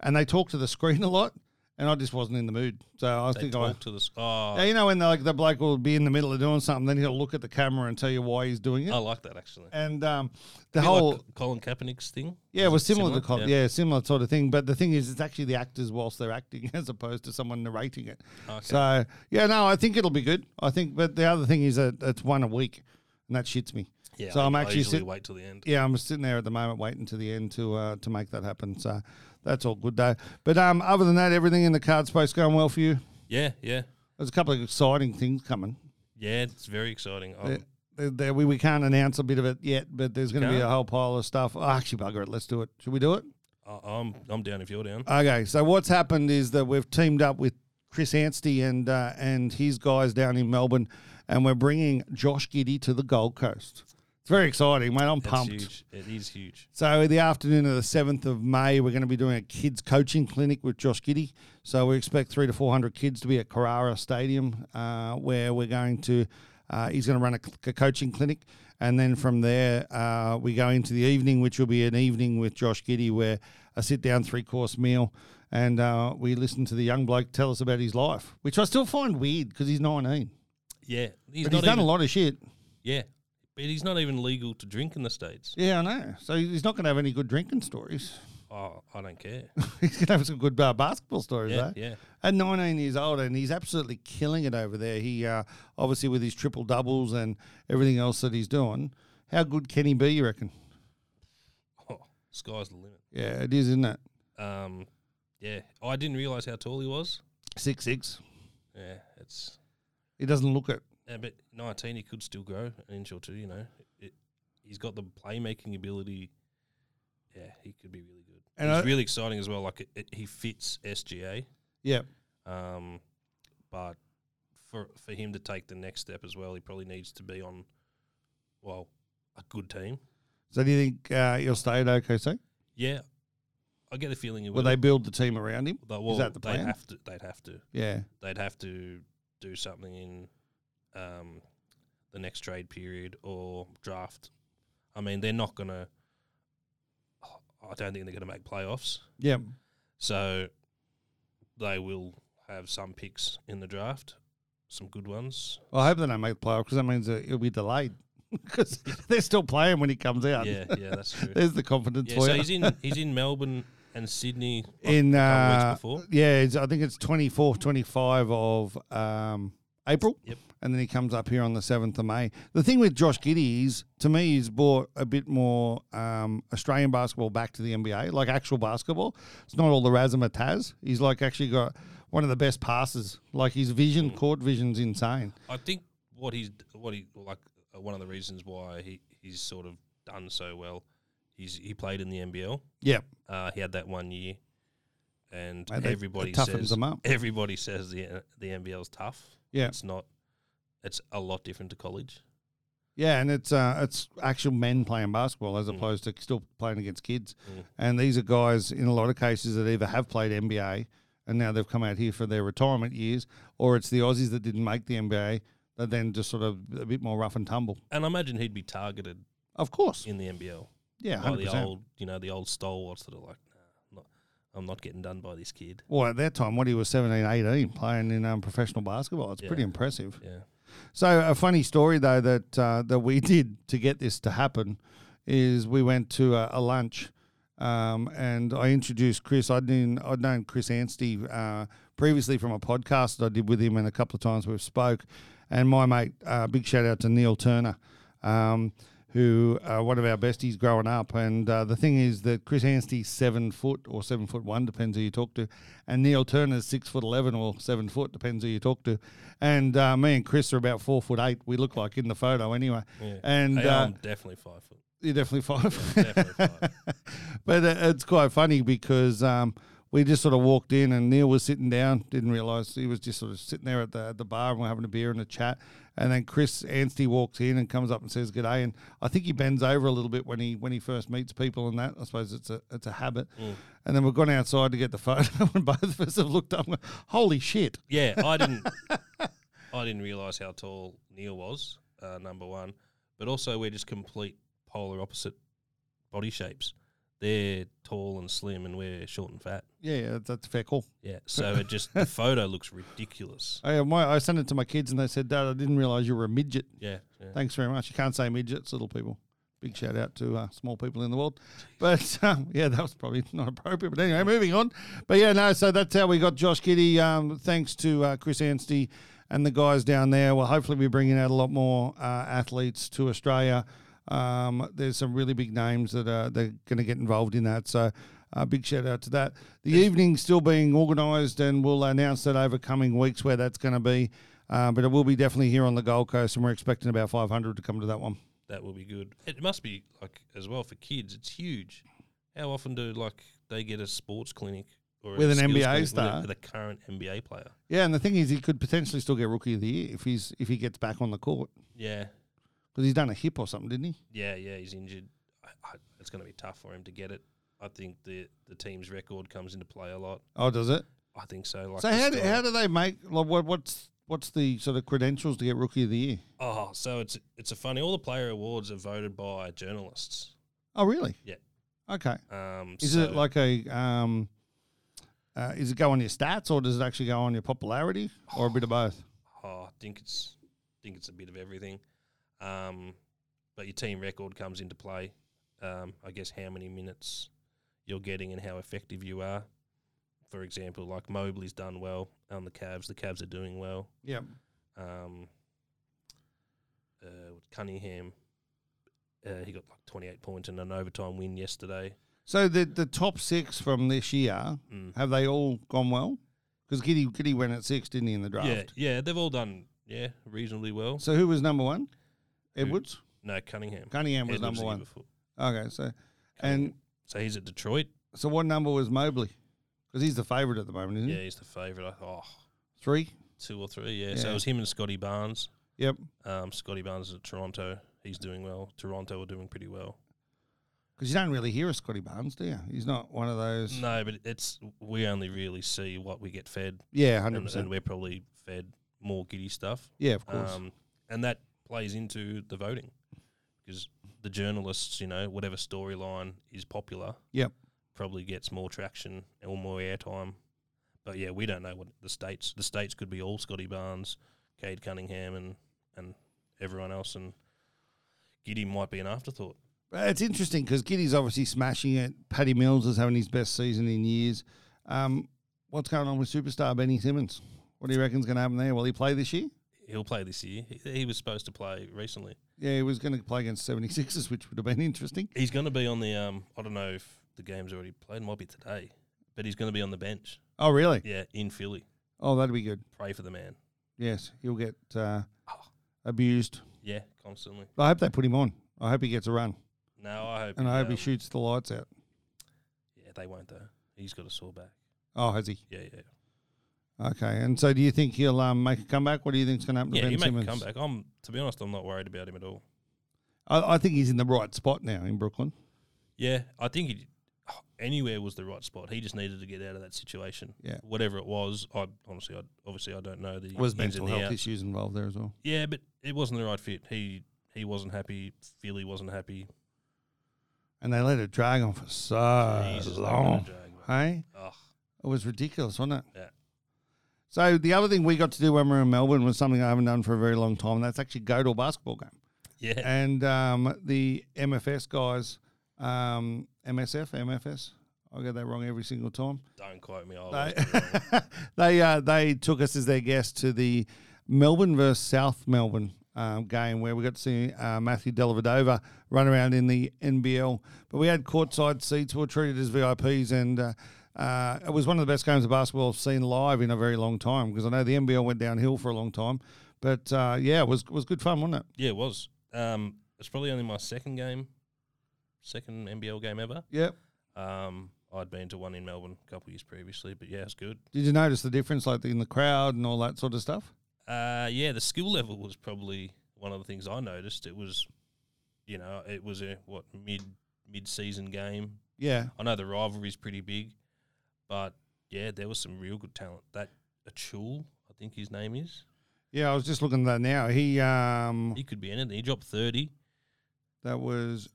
Speaker 2: and they talk to the screen a lot, and I just wasn't in the mood, so I
Speaker 3: They
Speaker 2: think I.
Speaker 3: talk to the. s- Oh,
Speaker 2: Yeah, you know when the, like the bloke will be in the middle of doing something, then he'll look at the camera and tell you why he's doing it.
Speaker 3: I like that actually.
Speaker 2: And um, the
Speaker 3: Bit
Speaker 2: whole
Speaker 3: Oh. like Colin Kaepernick's thing.
Speaker 2: yeah, it was similar, to
Speaker 3: similar?
Speaker 2: Colin.
Speaker 3: Yeah.
Speaker 2: Yeah. similar sort of thing. But the thing is, it's actually the actors whilst they're acting, as opposed to someone narrating it.
Speaker 3: Okay.
Speaker 2: So yeah, no, I think it'll be good. I think, but the other thing is that it's one a week, and that shits me.
Speaker 3: Yeah.
Speaker 2: So
Speaker 3: I,
Speaker 2: I'm
Speaker 3: I
Speaker 2: actually
Speaker 3: usually
Speaker 2: sit-
Speaker 3: wait till the end.
Speaker 2: Yeah, I'm sitting there at the moment waiting to the end to uh, to make that happen. So that's all good though. But um, other than that, everything in the card space going well for you.
Speaker 3: Yeah, yeah,
Speaker 2: There's a couple of exciting things coming.
Speaker 3: yeah. It's very exciting. Um,
Speaker 2: There, there- there- we, we can't announce a bit of it yet, but there's going to be
Speaker 3: Can't?
Speaker 2: a whole pile of stuff. Oh, actually, bugger it. Let's do it. Should we do it?
Speaker 3: I, I'm I'm down if you're down.
Speaker 2: Okay, so what's happened is that we've teamed up with Chris Anstey and uh, and his guys down in Melbourne, and we're bringing Josh Giddy to the Gold Coast. It's very exciting, mate. I'm
Speaker 3: That's
Speaker 2: pumped.
Speaker 3: huge. It is huge.
Speaker 2: So the afternoon of the seventh of May, we're going to be doing a kids coaching clinic with Josh Giddy. So we expect three to four hundred kids to be at Carrara Stadium, uh, where we're going to. Uh, he's going to run a, cl- a coaching clinic, and then from there uh, we go into the evening, which will be an evening with Josh Giddy, where a sit down three course meal, and uh, we listen to the young bloke tell us about his life, which I still find weird because he's nineteen,
Speaker 3: Yeah, he's
Speaker 2: but
Speaker 3: not
Speaker 2: he's
Speaker 3: even,
Speaker 2: done a lot of shit.
Speaker 3: Yeah, but he's not even legal to drink in the states.
Speaker 2: Yeah, I know. So he's not going to have any good drinking stories.
Speaker 3: Oh, I don't care.
Speaker 2: He's gonna have some good uh, basketball stories,
Speaker 3: Yeah,
Speaker 2: though.
Speaker 3: yeah.
Speaker 2: At 19 years old, and he's absolutely killing it over there. He uh, obviously with his triple doubles and everything else that he's doing. How good can he be? You reckon?
Speaker 3: Oh, sky's the limit.
Speaker 2: Yeah, it is, isn't it?
Speaker 3: Um, yeah, I didn't realize how tall he was.
Speaker 2: Six six.
Speaker 3: Yeah, it's
Speaker 2: He doesn't look it.
Speaker 3: yeah, but nineteen he could still grow an inch or two. You know, it, he's got the playmaking ability. Yeah, he could be really good.
Speaker 2: And
Speaker 3: it's
Speaker 2: I-
Speaker 3: really exciting as well. Like it, it, he fits SGA,
Speaker 2: Yeah,
Speaker 3: um, but for for him to take the next step as well, he probably needs to be on, well, a good team.
Speaker 2: So do you think uh, he'll stay at OKC?
Speaker 3: Yeah, I get the feeling it
Speaker 2: Will they build the team around him?
Speaker 3: They, well,
Speaker 2: that the
Speaker 3: they'd
Speaker 2: plan?
Speaker 3: have to. They'd have to.
Speaker 2: Yeah.
Speaker 3: they'd have to do something in um, the next trade period or draft. I mean, they're not gonna. I don't think they're gonna make playoffs,
Speaker 2: Yeah.
Speaker 3: so they will have some picks in the draft, some good ones.
Speaker 2: I hope they don't make the playoff because that means that it'll be delayed because they're still playing when he comes out.
Speaker 3: Yeah, yeah, that's true.
Speaker 2: There's the confidence
Speaker 3: yeah,
Speaker 2: for
Speaker 3: so
Speaker 2: you.
Speaker 3: he's in he's in Melbourne and Sydney like,
Speaker 2: in
Speaker 3: a couple
Speaker 2: uh,
Speaker 3: weeks before.
Speaker 2: yeah, it's, I think it's 24th, 25 of um, April.
Speaker 3: Yep.
Speaker 2: And then he comes up here on the 7th of May. The thing with Josh Giddy is, to me, he's brought a bit more um, Australian basketball back to the NBA, like actual basketball. It's not all the razzmatazz. He's like actually got one of the best passes. Like his vision, court vision's insane.
Speaker 3: I think what he's what he like uh, one of the reasons why he, he's sort of done so well. He's he played in the NBL.
Speaker 2: Yeah.
Speaker 3: Uh, he had that one year, and
Speaker 2: Mate, they- they
Speaker 3: everybody
Speaker 2: toughens
Speaker 3: says
Speaker 2: them up.
Speaker 3: everybody says the the NBL's tough.
Speaker 2: Yeah.
Speaker 3: It's not. It's a lot different to college.
Speaker 2: Yeah, and it's uh, it's actual men playing basketball
Speaker 3: Mm.
Speaker 2: as opposed to still playing against kids. And these are guys in a lot of cases that either have played NBA and now they've come out here for their retirement years, or it's the Aussies that didn't make the NBA that then just sort of a bit more rough and tumble.
Speaker 3: And I imagine he'd be targeted
Speaker 2: Of course,
Speaker 3: in the NBL
Speaker 2: yeah,
Speaker 3: by
Speaker 2: hundred
Speaker 3: the
Speaker 2: percent.
Speaker 3: old, you know, the old stalwarts that are like, nah, I'm not, I'm not getting done by this kid.
Speaker 2: Well, at that time, when he was 17, 18, playing in um, professional basketball, it's pretty
Speaker 3: Yeah.
Speaker 2: impressive.
Speaker 3: Yeah.
Speaker 2: So a funny story though that uh, that we did to get this to happen is we went to a, a lunch, um, and I introduced Chris. I'd known I'd known Chris Anstey uh, previously from a podcast that I did with him, and a couple of times we've spoke. And my mate, uh, big shout out to Neil Turner. Um, who uh, one of our besties growing up, and uh, the thing is that Chris Anstey's seven foot or seven foot one, depends who you talk to, and Neil Turner's six foot eleven or seven foot, depends who you talk to, and uh, me and Chris are about four foot eight. We look like in the photo anyway,
Speaker 3: Yeah.
Speaker 2: and
Speaker 3: Hey, um,
Speaker 2: uh,
Speaker 3: I'm definitely five foot.
Speaker 2: you're definitely five.
Speaker 3: Definitely five.
Speaker 2: but uh, it's quite funny because um, we just sort of walked in and Neil was sitting down. Didn't realize he was just sort of sitting there at the at the bar and we're having a beer and a chat. And then Chris Anstey walks in and comes up and says good day. And I think he bends over a little bit when he when he first meets people and that. I suppose it's a it's a habit. And then we've gone outside to get the photo and both of us have looked up. And, went, Holy shit!
Speaker 3: Yeah, I didn't. I didn't realize how tall Neil was. Uh, number one, but also we're just complete polar opposite body shapes. They're tall and slim, and we're short and fat.
Speaker 2: Yeah, yeah that's a fair call.
Speaker 3: Yeah, so it just the photo looks ridiculous.
Speaker 2: I, uh, my, I sent it to my kids and they said, Dad, I didn't realize you were a midget.
Speaker 3: Yeah, yeah.
Speaker 2: Thanks very much. You can't say midgets, little people. Big shout out to uh, small people in the world. But um, yeah, that was probably not appropriate. But anyway, moving on. But yeah, no, so that's how we got Josh Giddy. Um, thanks to uh, Chris Anstey and the guys down there. Well, hopefully, we're bringing out a lot more uh, athletes to Australia. Um, there's some really big names that are they're going to get involved in that. So, uh, big shout out to that. The evening's still being organised, and we'll announce that over coming weeks where that's going to be. Uh, but it will be definitely here on the Gold Coast, and we're expecting about 500 to come to that one.
Speaker 3: that will be good. It must be like as well for kids. It's huge. How often do like they get a sports clinic or a
Speaker 2: With an
Speaker 3: skills
Speaker 2: NBA
Speaker 3: clinic with a-
Speaker 2: star.
Speaker 3: with a current NBA player?
Speaker 2: Yeah, and the thing is, he could potentially still get Rookie of the Year if he's if he gets back on the court
Speaker 3: Yeah,
Speaker 2: because he's done a hip or something, didn't he?
Speaker 3: yeah, yeah. He's injured. I, I, it's going to be tough for him to get it. I think the the team's record comes into play a lot.
Speaker 2: Oh, does it?
Speaker 3: I think so. Like
Speaker 2: so
Speaker 3: this
Speaker 2: how do,
Speaker 3: guy-
Speaker 2: how do they make like what, what's what's the sort of credentials to get Rookie of the Year?
Speaker 3: Oh, so it's it's a funny. All the player awards are voted by journalists.
Speaker 2: Oh, really?
Speaker 3: Yeah.
Speaker 2: Okay.
Speaker 3: Um,
Speaker 2: Is
Speaker 3: so
Speaker 2: it like a um, uh, is it go on your stats or does it actually go on your popularity or a bit of both?
Speaker 3: oh, I think it's think it's a bit of everything. Um, but your team record comes into play. Um, I guess how many minutes you're getting and how effective you are. For example, like Mobley's done well on the Cavs. The Cavs are doing well.
Speaker 2: Yeah.
Speaker 3: Um, uh, Cunningham, uh, he got like 28 points in an overtime win yesterday.
Speaker 2: So the the top six from this year
Speaker 3: Mm.
Speaker 2: have they all gone well? Because Giddy Giddy went at six, didn't he, in the draft?
Speaker 3: Yeah, yeah, they've all done yeah reasonably well.
Speaker 2: So who was number one? Edwards.
Speaker 3: No, Cunningham.
Speaker 2: Cunningham was
Speaker 3: Edwards the
Speaker 2: number
Speaker 3: year
Speaker 2: one.
Speaker 3: before.
Speaker 2: Okay, so and
Speaker 3: So he's at Detroit.
Speaker 2: so what number was Mobley? Because he's the favorite at the moment, isn't
Speaker 3: Yeah,
Speaker 2: he?
Speaker 3: he's the favourite. I- Oh,
Speaker 2: Three.
Speaker 3: two or three. Yeah. So
Speaker 2: Yeah.
Speaker 3: it was him and Scotty Barnes.
Speaker 2: Yep.
Speaker 3: Um, Scotty Barnes is at Toronto. He's doing well. Toronto are doing pretty well.
Speaker 2: Because you don't really hear a Scotty Barnes, do you? He's not one of those.
Speaker 3: No, but it's we only really see what we get fed,
Speaker 2: Yeah,
Speaker 3: and,
Speaker 2: hundred
Speaker 3: and
Speaker 2: percent.
Speaker 3: we're probably fed more giddy stuff.
Speaker 2: Yeah, of course.
Speaker 3: Um, and that plays into the voting because the journalists, you know, whatever storyline is popular,
Speaker 2: Yep.
Speaker 3: probably gets more traction or more airtime. But yeah, we don't know what the states. The states could be all Scotty Barnes, Cade Cunningham, and and everyone else, and Giddy might be an afterthought.
Speaker 2: Uh, It's interesting because Giddy's obviously smashing it. Paddy Mills is having his best season in years. Um, what's going on with superstar Benny Simmons? What do you reckon's going to happen there? Will he play this year?
Speaker 3: He'll play this year. He, he was supposed to play recently.
Speaker 2: Yeah, he was going to play against 76ers, which would have been interesting.
Speaker 3: He's going to be on the. Um, I don't know if the game's already played. Might be today, but he's going to be on the bench.
Speaker 2: Oh, really?
Speaker 3: Yeah, in Philly.
Speaker 2: Oh, that'd be good.
Speaker 3: Pray for the man.
Speaker 2: Yes, he'll get uh,
Speaker 3: Oh.
Speaker 2: abused.
Speaker 3: Yeah, constantly.
Speaker 2: I hope they put him on. I hope he gets a run,
Speaker 3: No, I hope.
Speaker 2: and I hope he
Speaker 3: um,
Speaker 2: shoots the lights out.
Speaker 3: Yeah, they won't though. He's got a sore back.
Speaker 2: Oh, has he?
Speaker 3: Yeah, yeah.
Speaker 2: Okay. And so, do you think he'll um, make a comeback? What do you think's going to happen
Speaker 3: Yeah,
Speaker 2: to
Speaker 3: he
Speaker 2: Ben
Speaker 3: make
Speaker 2: Simmons?
Speaker 3: a comeback. I'm to be honest, I'm not worried about him at all.
Speaker 2: I, I think he's in the right spot now in Brooklyn.
Speaker 3: Yeah, I think he, anywhere was the right spot. He just needed to get out of that situation.
Speaker 2: Yeah.
Speaker 3: Whatever it was, I honestly, I obviously, I don't know the
Speaker 2: Was
Speaker 3: ins
Speaker 2: mental
Speaker 3: and the
Speaker 2: health
Speaker 3: outs.
Speaker 2: issues involved there as well?
Speaker 3: Yeah, but it wasn't the right fit. He he wasn't happy. Philly wasn't happy.
Speaker 2: and they let it drag on for so
Speaker 3: Jesus, they're gonna
Speaker 2: Uh, long.
Speaker 3: drag him.
Speaker 2: Hey,
Speaker 3: Ugh.
Speaker 2: it was ridiculous, wasn't it?
Speaker 3: Yeah.
Speaker 2: So the other thing we got to do when we were in Melbourne was something I haven't done for a very long time, and that's actually go to a basketball game.
Speaker 3: Yeah,
Speaker 2: And um, the MFS guys, um, MSF, MFS, I get that wrong every single time.
Speaker 3: don't quote me. I
Speaker 2: They,
Speaker 3: always get it wrong.
Speaker 2: they, uh, they took us as their guest to the Melbourne versus South Melbourne um, game where we got to see uh, Matthew Dellavedova run around in the NBL. But we had courtside seats. We were treated as VIPs and. Uh, uh, it was one of the best games of basketball I've seen live in a very long time because I know the NBL went downhill for a long time, but uh, yeah, it was was good fun, wasn't it?
Speaker 3: yeah, it was. Um, it's probably only my second game, second NBL game ever.
Speaker 2: Yep.
Speaker 3: Um, I'd been to one in Melbourne a couple of years previously, but yeah, it's good.
Speaker 2: Did you notice the difference, like in the crowd and all that sort of stuff?
Speaker 3: Uh, yeah, the skill level was probably one of the things I noticed. It was, you know, it was a what mid mid season game.
Speaker 2: Yeah,
Speaker 3: I know the rivalry's pretty big, but yeah, there was some real good talent. That Achul, I think his name is.
Speaker 2: yeah. I was just looking at that now. He um,
Speaker 3: He could be anything. He dropped thirty.
Speaker 2: that was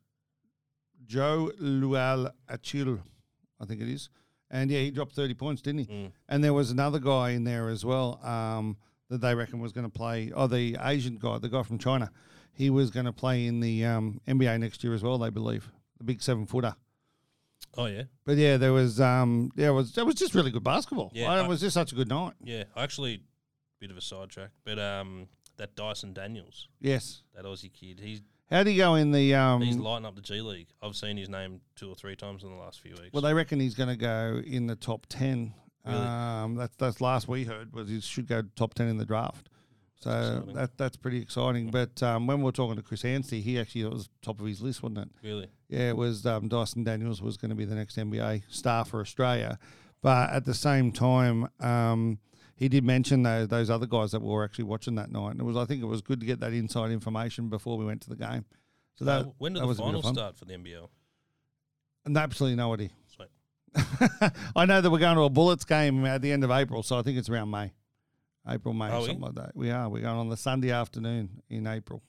Speaker 2: Joe Lual Achil, I think it is. And yeah, he dropped thirty points, didn't he?
Speaker 3: Mm.
Speaker 2: And there was another guy in there as well um, that they reckon was going to play. Oh, the Asian guy, the guy from China, he was going to play in the um, NBA next year as well. They believe the big seven footer.
Speaker 3: Oh yeah,
Speaker 2: But yeah, there was um, yeah, it was that was just really good basketball.
Speaker 3: Yeah,
Speaker 2: Yeah, it
Speaker 3: I-
Speaker 2: was just such a good night.
Speaker 3: yeah. I Actually, bit of a sidetrack, but um, that Dyson Daniels,
Speaker 2: Yes.
Speaker 3: that Aussie kid, he's
Speaker 2: How do you go in the um?
Speaker 3: he's lighting up the G League. I've seen his name two or three times in the last few weeks.
Speaker 2: Well, they reckon he's going to go in the top ten.
Speaker 3: Really?
Speaker 2: Um, that's that's last we heard was he should go top ten in the draft. So
Speaker 3: exciting.
Speaker 2: that that's pretty exciting. But um, when we were talking to Chris Anstey, he actually it was top of his list, wasn't it?
Speaker 3: really,
Speaker 2: Yeah, it was um, Dyson Daniels was going to be the next NBA star for Australia, but at the same time, um, he did mention though those other guys that we were actually watching that night, and it was I think it was good to get that inside information before we went to the game. So that
Speaker 3: Uh, when did
Speaker 2: that
Speaker 3: the
Speaker 2: was a bit of
Speaker 3: finals
Speaker 2: fun.
Speaker 3: start for the NBL?
Speaker 2: And absolutely no idea.
Speaker 3: Sweet.
Speaker 2: I know that we're going to a Bullets game at the end of April, so I think it's around May, April May
Speaker 3: Are Oh, we?
Speaker 2: something like that. We are we're going on the Sunday afternoon in April.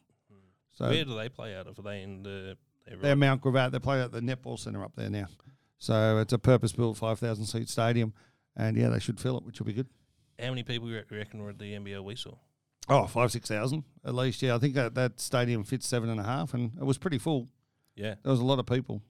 Speaker 2: So
Speaker 3: Where do they play out of? Are they in the? They're
Speaker 2: They're
Speaker 3: right-
Speaker 2: Mount Gravatt. They play at the netball centre up there now. So it's a purpose-built 5,000 seat stadium, and yeah, they should fill it, which will be good.
Speaker 3: How many people you re- reckon were at the NBL we saw?
Speaker 2: Oh, five six thousand at least. Yeah, I think that, that stadium fits seven and a half, and it was pretty full.
Speaker 3: Yeah,
Speaker 2: There was a lot of people,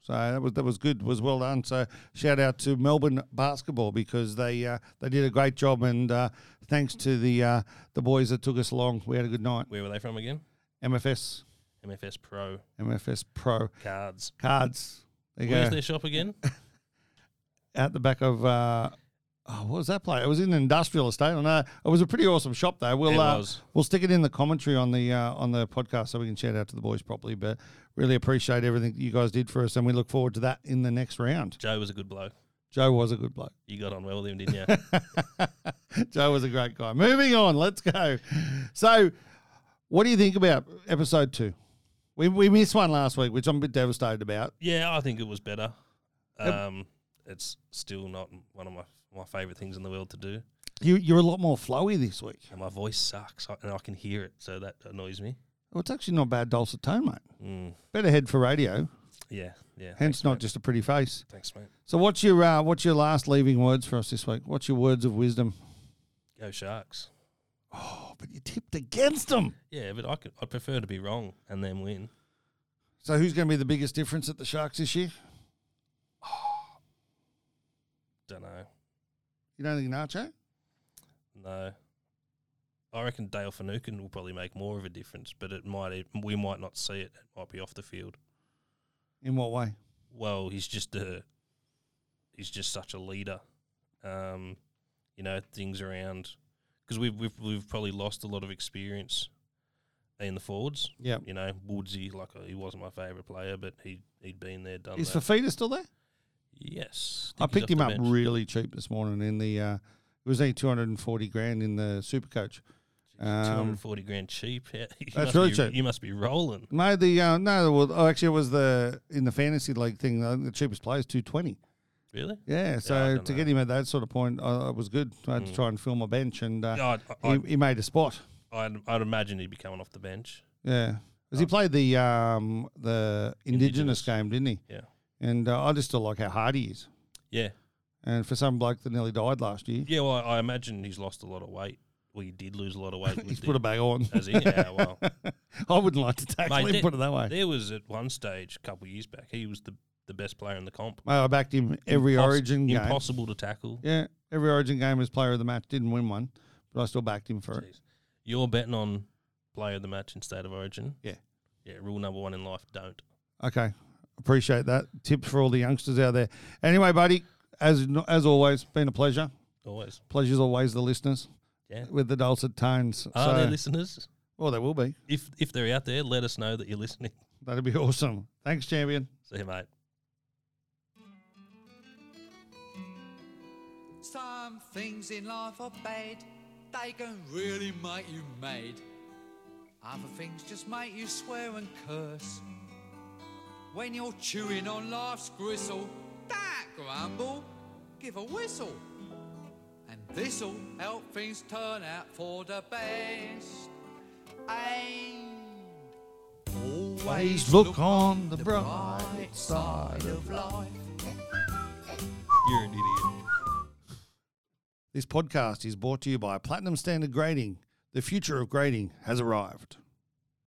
Speaker 2: so that was that was good. Was well done. So shout out to Melbourne basketball because they uh, they did a great job, and uh, thanks to the uh, the boys that took us along. We had a good night.
Speaker 3: where were they from again?
Speaker 2: MFS
Speaker 3: MFS Pro
Speaker 2: MFS Pro
Speaker 3: cards.
Speaker 2: cards. There you
Speaker 3: Where's
Speaker 2: go.
Speaker 3: their shop again?
Speaker 2: out the back of uh, oh, what was that place? It was in an industrial estate. I know it was a pretty awesome shop though. We'll
Speaker 3: It
Speaker 2: uh,
Speaker 3: was.
Speaker 2: we'll stick it in the commentary on the uh, on the podcast so we can shout out to the boys properly. But really appreciate everything that you guys did for us, and we look forward to that in the next round.
Speaker 3: Joe was a good bloke.
Speaker 2: Joe was a good bloke.
Speaker 3: You got on well with him, didn't you?
Speaker 2: Joe was a great guy. Moving on, let's go. So, what do you think about episode two? We, we missed one last week, which I'm a bit devastated about.
Speaker 3: yeah, I think it was better.
Speaker 2: Yep.
Speaker 3: Um, it's still not one of my my favorite things in the world to do,
Speaker 2: You you're a lot more flowy this week.
Speaker 3: and my voice sucks, I- and I can hear it, so that annoys me.
Speaker 2: Well, it's actually not bad dulcet tone, mate.
Speaker 3: Mm,
Speaker 2: Better head for radio.
Speaker 3: yeah, yeah.
Speaker 2: Hence, not just a pretty face.
Speaker 3: Thanks, mate.
Speaker 2: So, what's your uh, what's your last leaving words for us this week? What's your words of wisdom?
Speaker 3: Go Sharks.
Speaker 2: Oh, but you tipped against them.
Speaker 3: Yeah, but I could, I prefer to be wrong and then win.
Speaker 2: So, who's going to be the biggest difference at the Sharks this year?
Speaker 3: Don't know.
Speaker 2: You don't think Nacho?
Speaker 3: No. I reckon Dale Finucane will probably make more of a difference, but it might e- we might not see it. It might be off the field.
Speaker 2: In what way?
Speaker 3: Well, he's just a he's just such a leader. Um, you know things around because we've, we've we've probably lost a lot of experience in the forwards.
Speaker 2: Yeah.
Speaker 3: You know Woodsy, like uh, he wasn't my favourite player, but he he'd been there, done
Speaker 2: Is
Speaker 3: that.
Speaker 2: Fafita still there?
Speaker 3: yes,
Speaker 2: I
Speaker 3: think he's
Speaker 2: picked
Speaker 3: off
Speaker 2: him
Speaker 3: the
Speaker 2: up
Speaker 3: bench.
Speaker 2: really cheap this morning in the. Uh, it was only two hundred and forty grand in the Supercoach.
Speaker 3: Two
Speaker 2: Um,
Speaker 3: hundred forty grand cheap. Yeah, you
Speaker 2: That's
Speaker 3: must
Speaker 2: really
Speaker 3: be-
Speaker 2: cheap.
Speaker 3: You must be rolling.
Speaker 2: no, the uh, no, well, oh, actually, it was the in the fantasy league thing. uh, The cheapest player is two twenty.
Speaker 3: Really?
Speaker 2: Yeah, so
Speaker 3: don't
Speaker 2: to
Speaker 3: know.
Speaker 2: get him at that sort of point, uh, it was good. I had to try and fill my bench, and uh,
Speaker 3: God, Hmm. I,
Speaker 2: he, he made a spot.
Speaker 3: I'd, I'd imagine he'd be coming off the bench.
Speaker 2: Yeah, because he played the um, the indigenous,
Speaker 3: Oh. Indigenous.
Speaker 2: game, didn't he?
Speaker 3: Yeah.
Speaker 2: And uh, I just still like how hard he is.
Speaker 3: Yeah.
Speaker 2: And for some bloke that nearly died last year,
Speaker 3: Yeah, well, I imagine he's lost a lot of weight. Well, he did lose a lot of weight.
Speaker 2: he's
Speaker 3: with
Speaker 2: put a
Speaker 3: the-
Speaker 2: bag on.
Speaker 3: Has he? Yeah, well.
Speaker 2: I wouldn't like to tackle
Speaker 3: Mate,
Speaker 2: him.
Speaker 3: that-
Speaker 2: Put it that way.
Speaker 3: there was at one stage a couple of years back, he was the, the best player in the comp.
Speaker 2: Mate, I backed Uh, him every
Speaker 3: Impos-
Speaker 2: Origin game.
Speaker 3: Impossible to tackle.
Speaker 2: Yeah, every Origin game as player of the match. Didn't win one, but I still backed him for it.
Speaker 3: Jeez. You're betting on player of the match in state of origin.
Speaker 2: Yeah.
Speaker 3: Yeah, rule number one in life, don't.
Speaker 2: Okay, appreciate that. Tips for all the youngsters out there. Anyway, buddy, as as always, been a pleasure.
Speaker 3: Always.
Speaker 2: Pleasure's always the listeners
Speaker 3: Yeah. Oh,
Speaker 2: with the dulcet tones.
Speaker 3: Are there
Speaker 2: So-
Speaker 3: listeners?
Speaker 2: well, there will be.
Speaker 3: If, if they're out there, let us know that you're listening.
Speaker 2: That'd be awesome. Thanks, champion.
Speaker 3: See you, mate.
Speaker 4: Some things in life are bad, they can really make you mad. Other things just make you swear and curse. When you're chewing on life's gristle, that grumble, give a whistle. And this'll help things turn out for the best. And
Speaker 2: Always look on the bright side of
Speaker 4: life.
Speaker 3: You're an idiot.
Speaker 2: This podcast is brought to you by Platinum Standard Grading. The future of grading has arrived.